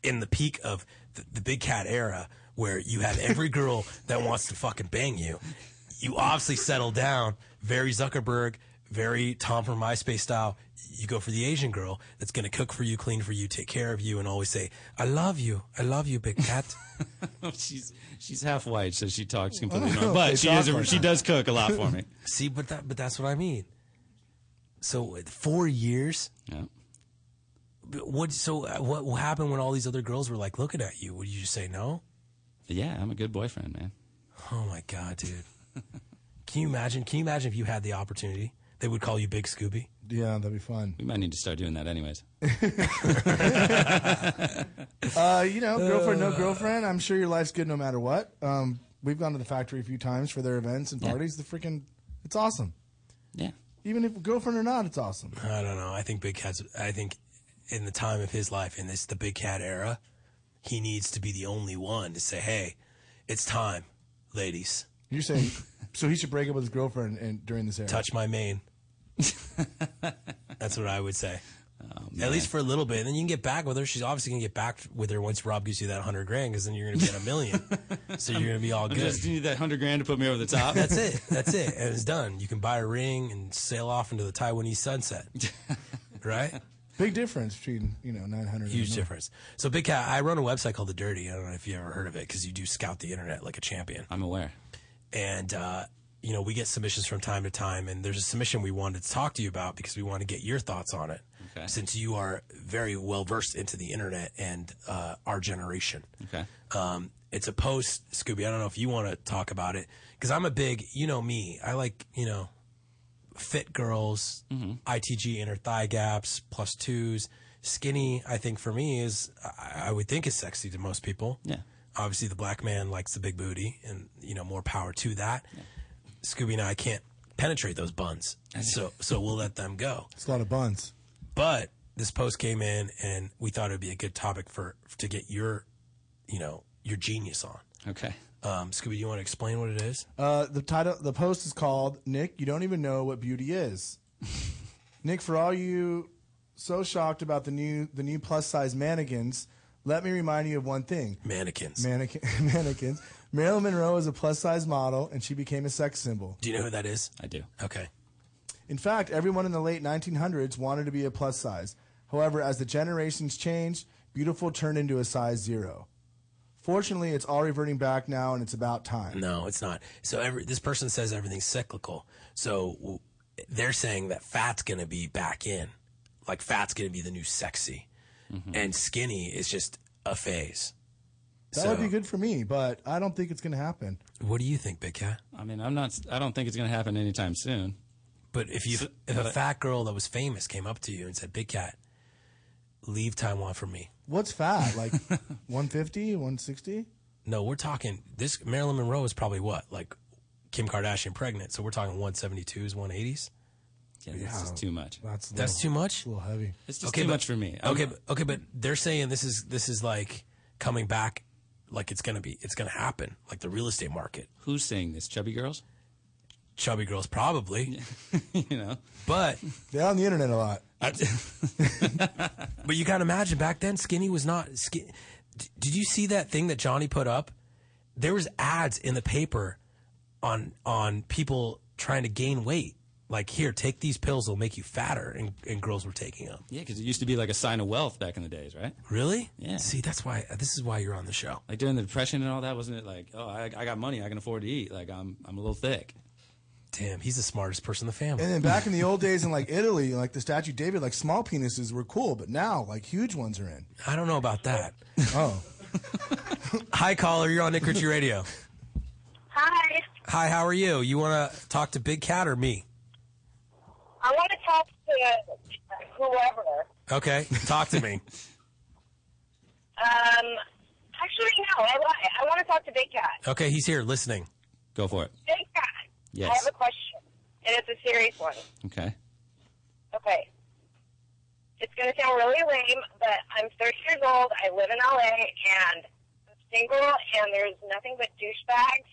in the peak of the, the big cat era, where you have every girl that wants to fucking bang you, you obviously settle down. Very Zuckerberg, very Tom from MySpace style. You go for the Asian girl that's going to cook for you, clean for you, take care of you, and always say, "I love you, I love you, big cat." she's she's half white, so she talks completely Oh, normal. But they she is talk like she that. does cook a lot for me. See, but that but that's what I mean. So with four years. Yeah. What so uh, what will happen when all these other girls were like looking at you? Would you just say no? Yeah, I'm a good boyfriend, man. Oh my god, dude! can you imagine? Can you imagine if you had the opportunity? They would call you Big Scooby. Yeah, that'd be fun. We might need to start doing that, anyways. Uh, you know, girlfriend, no Uh. girlfriend. I'm sure your life's good no matter what. Um, we've gone to the factory a few times for their events and Yeah. parties. The freaking, it's awesome. Yeah. Even if girlfriend or not, it's awesome. I don't know. I think Big Cat's. I think in the time of his life, in this the Big Cat era, he needs to be the only one to say, "Hey, it's time, ladies, You're saying, so he should break up with his girlfriend and during this era. touch my mane." That's what I would say. At least for a little bit, and then you can get back with her. She's obviously gonna get back with her once Rob gives you that hundred grand, because then you're gonna be at a million. so you're gonna be all I good. just need that hundred grand to put me over the top. That's it. That's it. And it's done. You can buy a ring and sail off into the Taiwanese sunset. Right? Big difference between you know 900. and Huge not. difference. So, Big Cat, I run a website called The Dirty. I don't know if you ever heard of it because you do scout the internet like a champion. I'm aware. And, uh, you know, we get submissions from time to time. And there's a submission we wanted to talk to you about because we want to get your thoughts on it. Okay. Since you are very well versed into the internet and uh, our generation. Okay. Um, it's a post, Scooby. I don't know if you want to talk about it because I'm a big, you know me. I like, you know, fit girls, ITG inner thigh gaps, plus twos. Skinny, I think for me is, I, I would think is sexy to most people. Yeah. Obviously, the black man likes the big booty, and you know more power to that. Scooby and I can't penetrate those buns, so so we'll let them go. It's a lot of buns. But this post came in, and we thought it would be a good topic for to get your, you know, your genius on. Okay. Um, Scooby, you want to explain what it is? Uh, the title, the post is called "Nick, you don't even know what beauty is." Nick, for all you so shocked about the new the new plus size mannequins, let me remind you of one thing: Mannequins. mannequin mannequins. Marilyn Monroe is a plus size model, and she became a sex symbol. Do you know who that is? I do. Okay. In fact, everyone in the late 1900s wanted to be a plus size. However, as the generations changed, beautiful turned into a size zero. Fortunately, it's all reverting back now, and it's about time. No, it's not. So every this person says everything's cyclical. So w- they're saying that fat's going to be back in, like fat's going to be the new sexy, Mm-hmm. and skinny is just a phase. That so would be good for me, but I don't think it's going to happen. what do you think, Big Cat? I mean, I'm not. I don't think it's going to happen anytime soon. But if you So- if a but- fat girl that was famous came up to you and said, "Big Cat, leave Taiwan for me," What's fat? Like 150, 160? No, we're talking this Marilyn Monroe is probably what like Kim Kardashian pregnant. So we're talking 172s, 180s. Yeah, that's just too much. That's that's too much. A little heavy. It's just too much for me. I'm- okay, but, okay, but they're saying this is this is like coming back, like it's gonna be, it's gonna happen, like the real estate market. Who's saying this? Chubby girls? Chubby girls, probably. you know, but they're on the internet a lot. but you gotta imagine back then, skinny was not skin. d- Did you see that thing that Johnny put up? There was ads in the paper on on people trying to gain weight. Like here, take these pills; they'll make you fatter. And, and girls were taking them. Yeah, because it used to be like a sign of wealth back in the days, right? Really? Yeah. See, that's why this is why you're on the show. Like during the depression and all that, wasn't it like, oh, I, I got money, I can afford to eat. Like I'm, I'm a little thick. Damn, he's the smartest person in the family. And then back in the old days in like Italy, like the statue of David, like small penises were cool, but now like huge ones are in. I don't know about that. Oh. Hi, caller. You're on Nick Ritchie Radio. Hi. Hi, how are you? You want to talk to Big Cat or me? I want to talk to whoever. Okay, talk to me. Um, actually, no. I, wa- I want to talk to Big Cat. Okay, he's here listening. Go for it. Big Cat. I Yes. have a question, and it's a serious one. Okay. Okay. It's going to sound really lame, but I'm 30 years old. I live in LA, and I'm single, and there's nothing but douchebags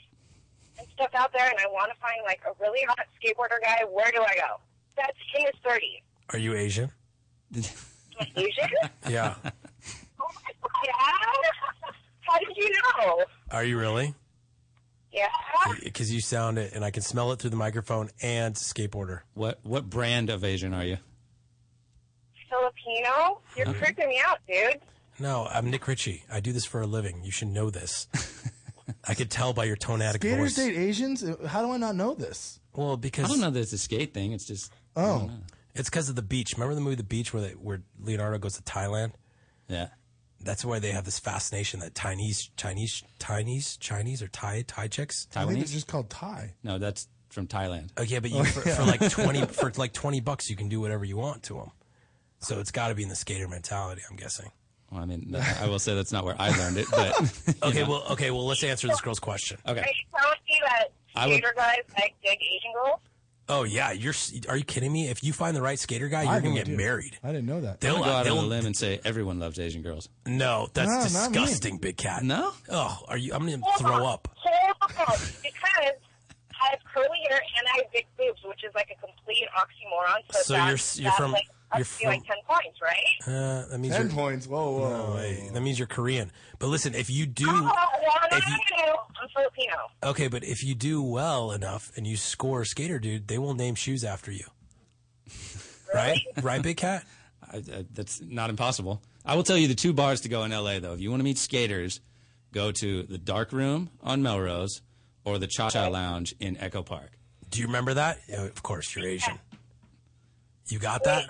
and stuff out there, and I want to find like a really hot skateboarder guy. Where do I go? That's in his 30s. Are you Asian? Am I Asian? Yeah. oh my god! How- How did you know? Are you really? Yeah. Because you sound it, and I can smell it through the microphone and skateboarder. What what brand of Asian are you? Filipino? You're Okay. creeping me out, dude. No, I'm Nick Ritchie. I do this for a living. You should know this. I could tell by your tonatic Gators voice. date Asians? How do I not know this? Well, because I don't know that it's a skate thing. It's just Oh. it's because of the beach. Remember the movie The Beach where they, where Leonardo goes to Thailand? Yeah. That's why they have this fascination that Chinese, Chinese, Chinese, Chinese, or Thai, Thai chicks. I think it's just called Thai. No, that's from Thailand. Oh yeah, but you, Oh, for, yeah. for like twenty for like twenty bucks, you can do whatever you want to them. So it's got to be in the skater mentality, I'm guessing. Well, I mean, that- I will say that's not where I learned it, but Okay, well, okay, well, let's answer this girl's question. Are you telling me that I would- skater guys like dig Asian girls? Oh yeah, you're. s- Are you kidding me? If you find the right skater guy, I you're have gonna no get idea. married. I didn't know that. They'll- They'll go out on a they'll- limb and say everyone loves Asian girls. No, that's No, not me. disgusting, big cat. No. Oh, are you? I'm gonna throw up. Hold on, because I have curly hair and I have big boobs, which is like a complete oxymoron. So, So that's, you're s- you're that's from- like up you're to like ten points, right? Uh, that means 10 you're, points. Whoa, whoa. No, hey, that means you're Korean. But listen, if you do, Oh, well, no, if no, you, no, no, I'm Filipino. okay, but if you do well enough and you score skater dude, they will name shoes after you. Right? Right, big cat? I, I, that's not impossible. I will tell you the two bars to go in LA, though. If you want to meet skaters, go to the Dark Room on Melrose or the Cha Cha Lounge in Echo Park. Do you remember that? Yeah, of course, you're Asian. You got that?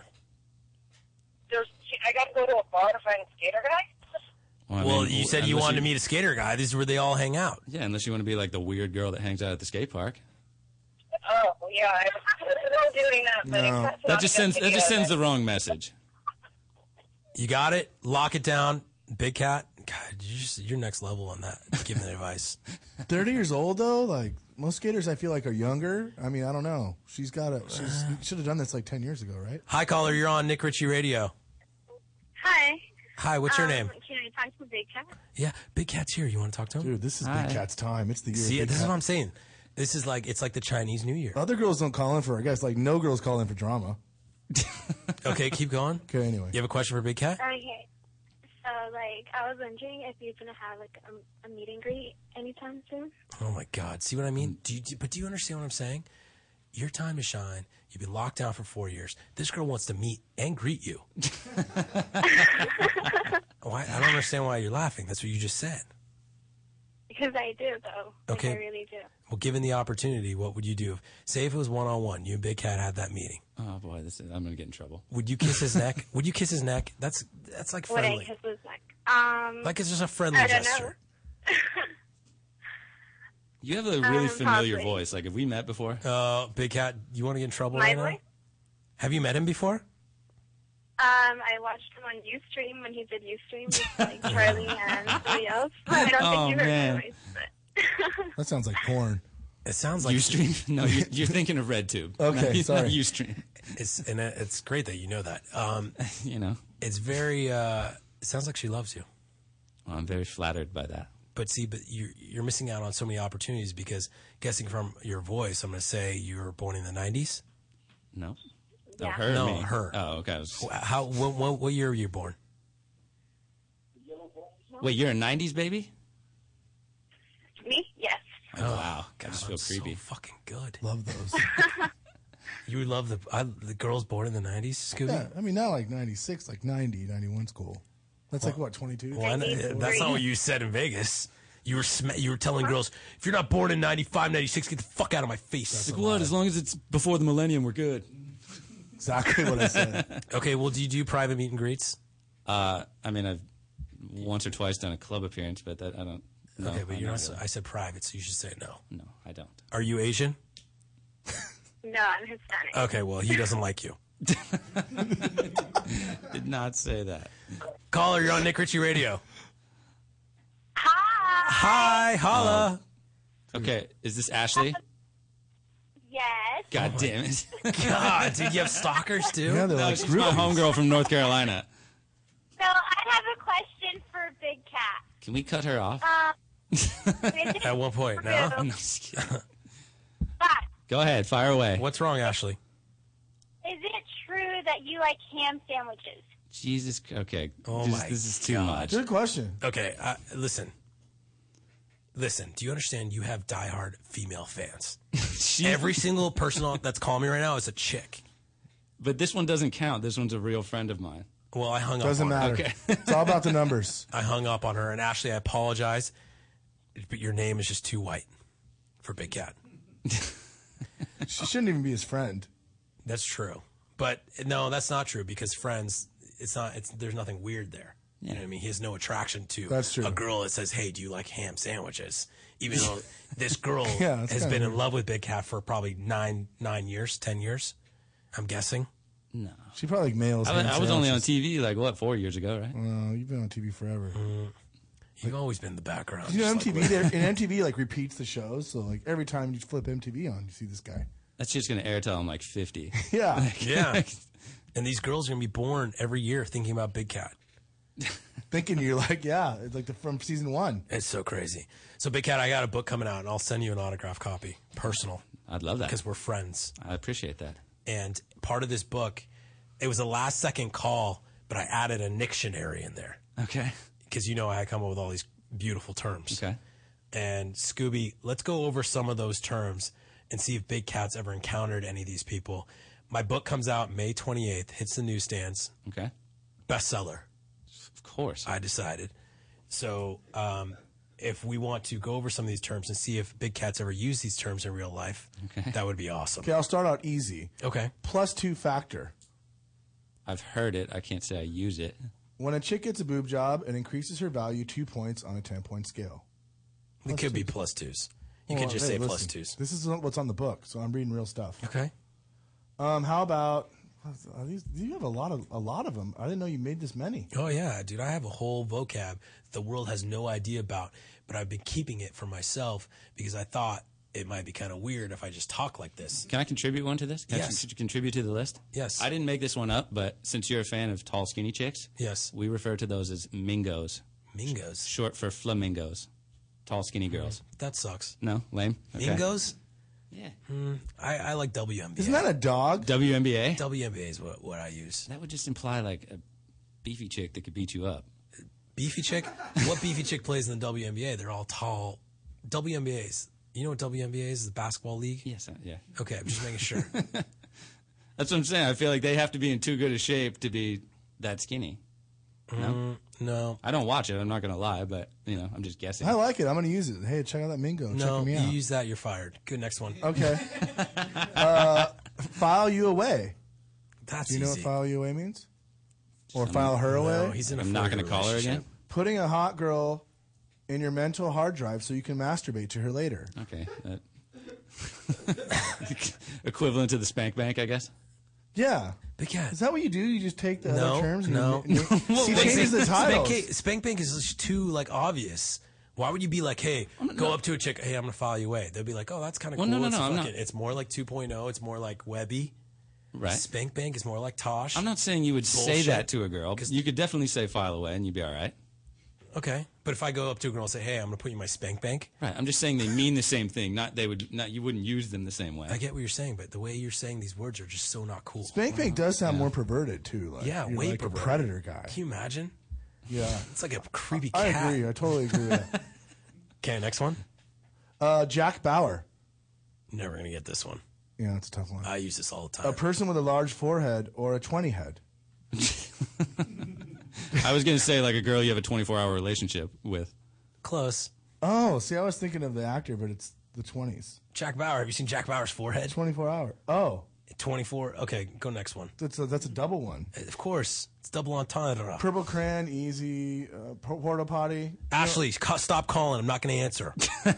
There's, I got to go to a bar to find a skater guy. Well, I mean, you said you unless wanted to meet a skater guy. This is where they all hang out. Yeah, unless you want to be like the weird girl that hangs out at the skate park. Oh, yeah, I was still doing that, but No. it's That just sends that just sends the wrong message. You got it. Lock it down. Big cat. God, you're, just, you're next level on that. Giving advice. 30 years old though, like most skaters I feel like are younger. I mean, I don't know. She's got a she's should have done this like 10 years ago, right? Hi, caller. You're on Nick Ritchie Radio. Hi. Hi, what's your Um, name? Can I talk to Big Cat? Yeah, Big Cat's here. You want to talk to him? Dude, this is Big Cat's time. It's the year. of See, Big this is Cat. what I'm saying. This is like it's like the Chinese New Year. Other girls don't call in for, I guess like no girls call in for drama. Okay, keep going. Okay, anyway. You have a question for Big Cat? Okay. Uh, like, I was wondering if you're gonna have like a, a meet and greet anytime soon. Oh my God! See what I mean? Do you, do- but do you understand what I'm saying? Your time to shine. You've been locked down for four years. This girl wants to meet and greet you. why? I don't understand why you're laughing. That's what you just said. Because I do though. Like, Okay. I really do. Well, given the opportunity, what would you do? If, say if it was one on one, you and Big Cat had that meeting. Oh boy, this is, I'm gonna get in trouble. Would you kiss his neck? Would you kiss his neck? That's that's like Would I friendly. kiss his neck? Um, Like it's just a friendly I don't gesture. You have a really Um, familiar possibly. voice. Like, have we met before? Uh, Big Cat, you want to get in trouble My right now? voice? Have you met him before? Know. Um, I watched him on UStream when he did UStream with like Charlie and somebody else. I don't Oh, think you heard man. my voice, but That sounds like porn. It sounds like Ustream. No, you're, you're thinking of RedTube. Okay, not, sorry. Not Ustream. It's and it- it's great that you know that. Um, you know, it's very. Uh, it sounds like she loves you. Well, I'm very flattered by that. But see, but you're you're missing out on so many opportunities because guessing from your voice, I'm going to say you were born in the '90s. No. Oh, Yeah. her or No, me? her. Oh, okay. I was- Wh- How? What, what, what year were you born? Wait, you're a '90s baby? me, yes. Oh, wow, I just feel creepy. fucking good. Love those. you love the I, the girls born in the '90s, Scooby. Yeah, I mean, not like 96, like 90, 91's cool. That's like Well- what, 22? Well, I know- that's not what you said in Vegas. You were sm- you were telling girls, if you're not born in 95, 96, get the fuck out of my face. Like, what? As long as it's before the millennium, we're good. Exactly what I said. okay, well, do you do private meet and greets? Uh, I mean, I've once or twice done a club appearance, but that I don't. No, okay, but I'm you're not. really- I said private, so you should say no. No, I don't. Are you Asian? No, I'm Hispanic. Okay, well, he doesn't like you. Did not say that. Caller, you're on Nick Ritchie Radio. Hi. Hi, holla. Okay, is this Ashley? Yes. God damn it! God, dude, you have stalkers too. no, she's my homegirl from North Carolina. So I have a question for Big Cat. Can we cut her off? Um, At one point, no. I'm Go ahead, fire away. What's wrong, Ashley? is it true that you like ham sandwiches? Jesus. Okay. Oh this, my this is too much. Good question. Okay, uh, listen. Listen, do you understand you have diehard female fans? Every single person on- that's calling me right now is a chick. But this one doesn't count. This one's a real friend of mine. Well, I hung Doesn't up on matter. her. it's all about the numbers. I hung up on her, and Ashley, I apologize, but your name is just too white for Big Cat. She shouldn't even be his friend. That's true. But no, that's not true because friends, it's not, it's, there's nothing weird there. You know what I mean? He has no attraction to That's true. a girl that says, Hey, do you like ham sandwiches? Even though this girl Yeah, that's has kinda been in weird. love with Big Cat for probably nine, nine years, 10 years, I'm guessing. She probably mails. I, him was- I was only on sandwiches. TV like what four years ago, right? Well, you've been on TV forever. You've always been in the background. You know Mm-hmm. just like MTV, with- there, and MTV like repeats the shows. So like every time you flip MTV on, you see this guy. That's just gonna air till I'm like fifty. Yeah, yeah. And these girls are going to be born every year thinking about Big Cat. thinking you're like, yeah, it's like the from season one. It's so crazy. So, Big Cat, I got a book coming out and I'll send you an autograph copy, personal. I'd love that. Because we're friends. I appreciate that. and part of this book, it was a last second call, but I added a dictionary in there Okay. because you know I come up with all these beautiful terms. Okay. And Scooby, let's go over some of those terms and see if Big Cat's ever encountered any of these people. My book comes out May 28th, hits the newsstands, Okay. bestseller. Of course. I decided. So, um, if we want to go over some of these terms and see if Big Cat's ever used these terms in real life, Okay. that would be awesome. Okay, I'll start out easy. Okay. Plus two factor. I've heard it. I can't say I use it. When a chick gets a boob job, it increases her value two points on a ten point scale. It could be plus twos. You Well, could just hey, say plus listen, twos. This is what's on the book, so I'm reading real stuff. Okay. Um, how about? Are these, you have a lot of a lot of them. I didn't know you made this many. Oh yeah, dude, I have a whole vocab the world has no idea about, but I've been keeping it for myself because I thought it might be kind of weird if I just talk like this. Can I contribute one to this? Can Yes. I con- contribute to the list? Yes. I didn't make this one up, but since you're a fan of tall, skinny chicks, Yes. we refer to those as mingos, Mingos. short for flamingos, tall, skinny girls. That sucks. No, lame. Okay. Mingos? Yeah. Hmm, I, I like WNBA. Isn't that a dog? WNBA. WNBA is what, what I use. That would just imply like a beefy chick that could beat you up. Beefy chick? What beefy chick plays in the WNBA? They're all tall. WNBAs. You know what WNBA is? The basketball league? Yes, yeah. Okay, I'm just making sure. That's what I'm saying. I feel like they have to be in too good a shape to be that skinny. No? no. I don't watch it. I'm not going to lie, but, you know, I'm just guessing. I like it. I'm gonna use it. Hey, check out that Mingo. no, check me you out. Oh, use that, you're fired. Good, next one. Okay. uh, file you away. That's Do you know easy. what file you away means? Or file her away? No, he's in a I'm not going to call her again. Putting a hot girl in your mental hard drive so you can masturbate to her later. Okay. That... Equivalent to the spank bank, I guess. Yeah. Because is that what you do? You just take the no, other terms? And no. You, she changes the titles. Spank, Spank Bank is just too like obvious. Why would you be like, hey, go up to a chick, hey, I'm gonna file you away? They'd be like, oh, that's kind of Well, cool. no, no, it's, no, I'm fucking- not- it's more like 2.0. It's more like webby. Right. Spank Bank is more like Tosh. I'm not saying you would say Bullshit. that to a girl. You could definitely say file away and you'd be all right. Okay, but if I go up to a girl and say, hey, I'm gonna put you in my Spank Bank, Right. I'm just saying they mean the same thing. Not they would not you wouldn't use them the same way. I get what you're saying, but the way you're saying these words are just so not cool. Spank Bank does sound more perverted too. Like, yeah, you're way like a perverted. predator guy. Can you imagine? Yeah. It's like a creepy I cat. agree. I totally agree with that. Okay, next one. Uh, Jack Bauer. Never gonna get this one. Yeah, that's a tough one. I use this all the time. A person with a large forehead or a 20 head. I was gonna say like a girl you have a 24 hour relationship with. Close. Oh, see, I was thinking of the actor, but it's the 20s. Jack Bauer. Have you seen Jack Bauer's forehead? 24 hour. Oh. 24. Okay, go next one. That's a, that's a double one. Of course, it's double entendre. Purple Cran, Easy, uh, por- Porta Potty. Ashley, co- stop calling. I'm not going to answer. Do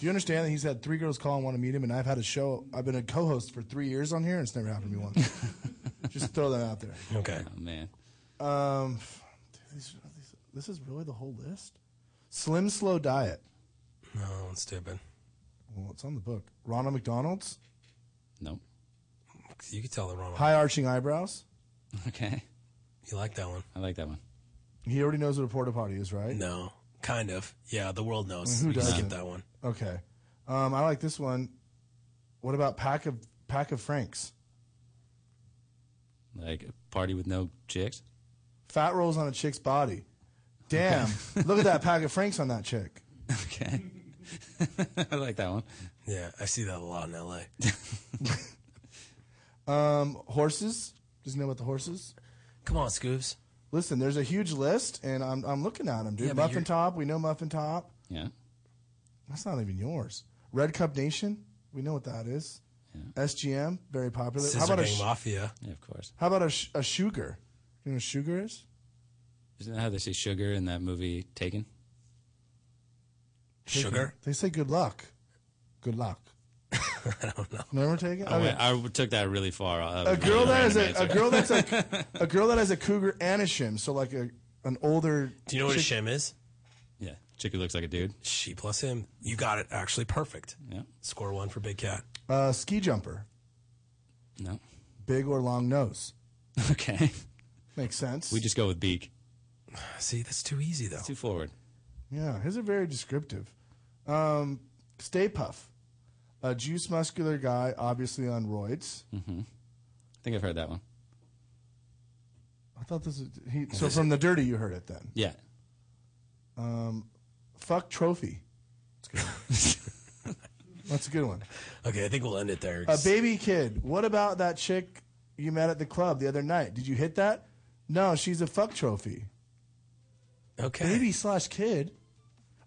you understand that he's had three girls call and want to meet him? And I've had a show, I've been a co host for three years on here, and it's never happened to me once. Just throw that out there. Okay. Oh man. Um, dude, these, these, this is really the whole list? Slim Slow Diet. No, it's stupid. Well, it's on the book. Ronald McDonald's. Nope. You could tell the wrong one. High arching eyebrows. Okay. You like that one? I like that one. He already knows what a porta potty is, right? No, kind of. Yeah, the world knows. Who you can skip doesn't? that one. Okay. Um, I like this one. What about pack of pack of Franks? Like a party with no chicks. Fat rolls on a chick's body. Damn! Look at that pack of Franks on that chick. Okay. I like that one. Yeah, I see that a lot in L.A. Um, horses. Does he know about the horses? Come on, Scoobs. Listen, there's a huge list, and I'm I'm looking at them, dude. Yeah, but Muffin you're- Top. We know Muffin Top. Yeah. That's not even yours. Red Cup Nation. We know what that is. SGM, very popular. Scissor How about a Gang sh- Mafia. Yeah, of course. How about a, sh- a sugar? You know what sugar is? Isn't that how they say sugar in that movie Taken? Sugar? They say good luck. Good luck. I don't know. Remember taking? I, went, I took that really far. uh, That Oh, a was girl really that has a, random a answer. girl that's a, a girl that has a cougar and a shim, so like a an older. Do you know what a chick- shim is? Yeah, chick who looks like a dude. She plus him. You got it. Actually, perfect. Yeah. Score one for Big Cat. Uh, ski jumper, No. big or long nose. Okay. Makes sense. We just go with beak. See, that's too easy though. It's too forward. yeah, his are very descriptive. Um, Stay Puff, a juice muscular guy, obviously on roids. hmm I think I've heard that one. I thought this was he. So from the dirty, you heard it then. Yeah. Um, fuck trophy. That's a good one. Okay, I think we'll end it there. A baby kid. What about that chick you met at the club the other night? Did you hit that? No, she's a fuck trophy. Okay. Baby slash kid.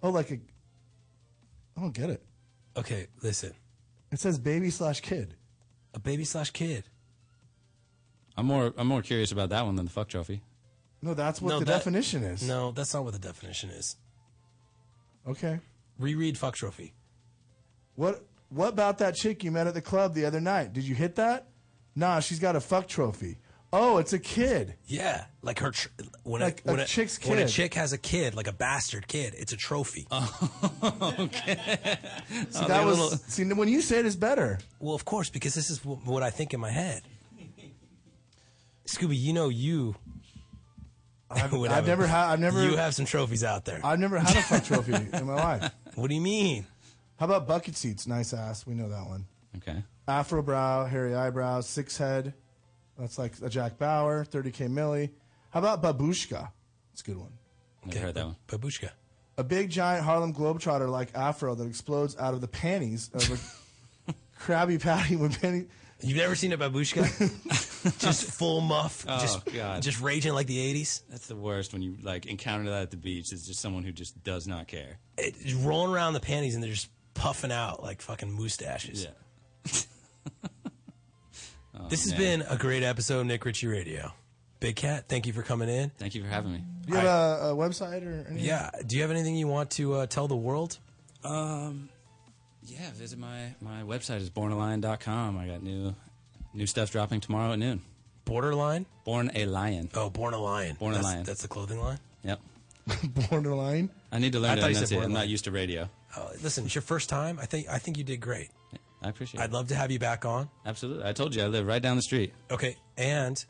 Oh, like a. I don't get it. Okay, listen. It says baby slash kid. A baby slash kid. I'm more I'm more curious about that one than the fuck trophy. No, that's what No, the that- definition is. No, that's not what the definition is. Okay. Reread fuck trophy. What What about that chick you met at the club the other night? Did you hit that? Nah, she's got a fuck trophy. Oh, it's a kid. Yeah, like her tr- when Like a, a when chick's when a kid. Uh. chick has a kid, like a bastard kid, it's a trophy. See, that was see when you say it is better. Well, of course, because this is w- what I think in my head. Scooby, you know you. I've, would I've have a- never had. I've never. You have some trophies out there. I've never had a fuck trophy in my life. What do you mean? How about bucket seats? Nice ass. We know that one. Okay. Afro brow, hairy eyebrows, six head. That's like a Jack Bauer, 30K Millie. How about babushka? It's a good one. Never heard that one. Babushka. A big giant Harlem Globetrotter like afro that explodes out of the panties of a Krabby Patty when Penny. You've never seen a babushka? just full muff. Oh, just, God. Just raging like the 80s. That's the worst when you like encounter that at the beach. It's just someone who just does not care. It's rolling around the panties and they're just puffing out like fucking mustaches. Yeah. Oh, this has man. been a great episode of Nick Ritchie Radio. Big Cat, thank you for coming in. Thank you for having me. Do you have a, a website or anything? Yeah. Do you have anything you want to uh, tell the world? Um, yeah. Visit my my website is bornalion.com. I got new new stuff dropping tomorrow at noon. Borderline. Born a lion. Oh, born a lion. Born that's, a lion. That's the clothing line. Yep. Borderline. I need to I learn to thought you said enunciate. I'm borderline. not used to radio. Oh, listen, it's your first time. I think I think you did great. I appreciate. I'd love to have you back on. it. Absolutely. I told you I live right down the street. Okay, and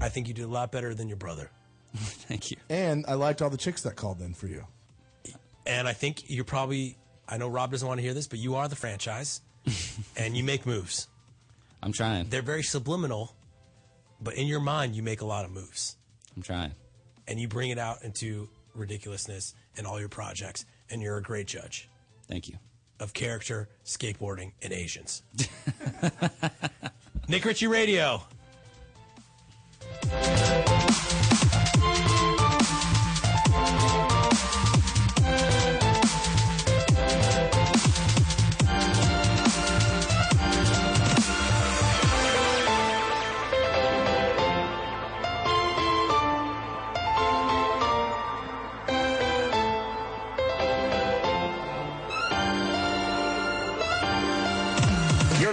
I think you did a lot better than your brother. Thank you. And I liked all the chicks that called in for you. And I think you're probably. I know Rob doesn't want to hear this, but you are the franchise, and you make moves. I'm trying. They're very subliminal, but in your mind, you make a lot of moves. I'm trying. and you bring it out into ridiculousness in all your projects, and you're a great judge Thank you. of character, skateboarding, and Asians. Nick Ritchie Radio. You're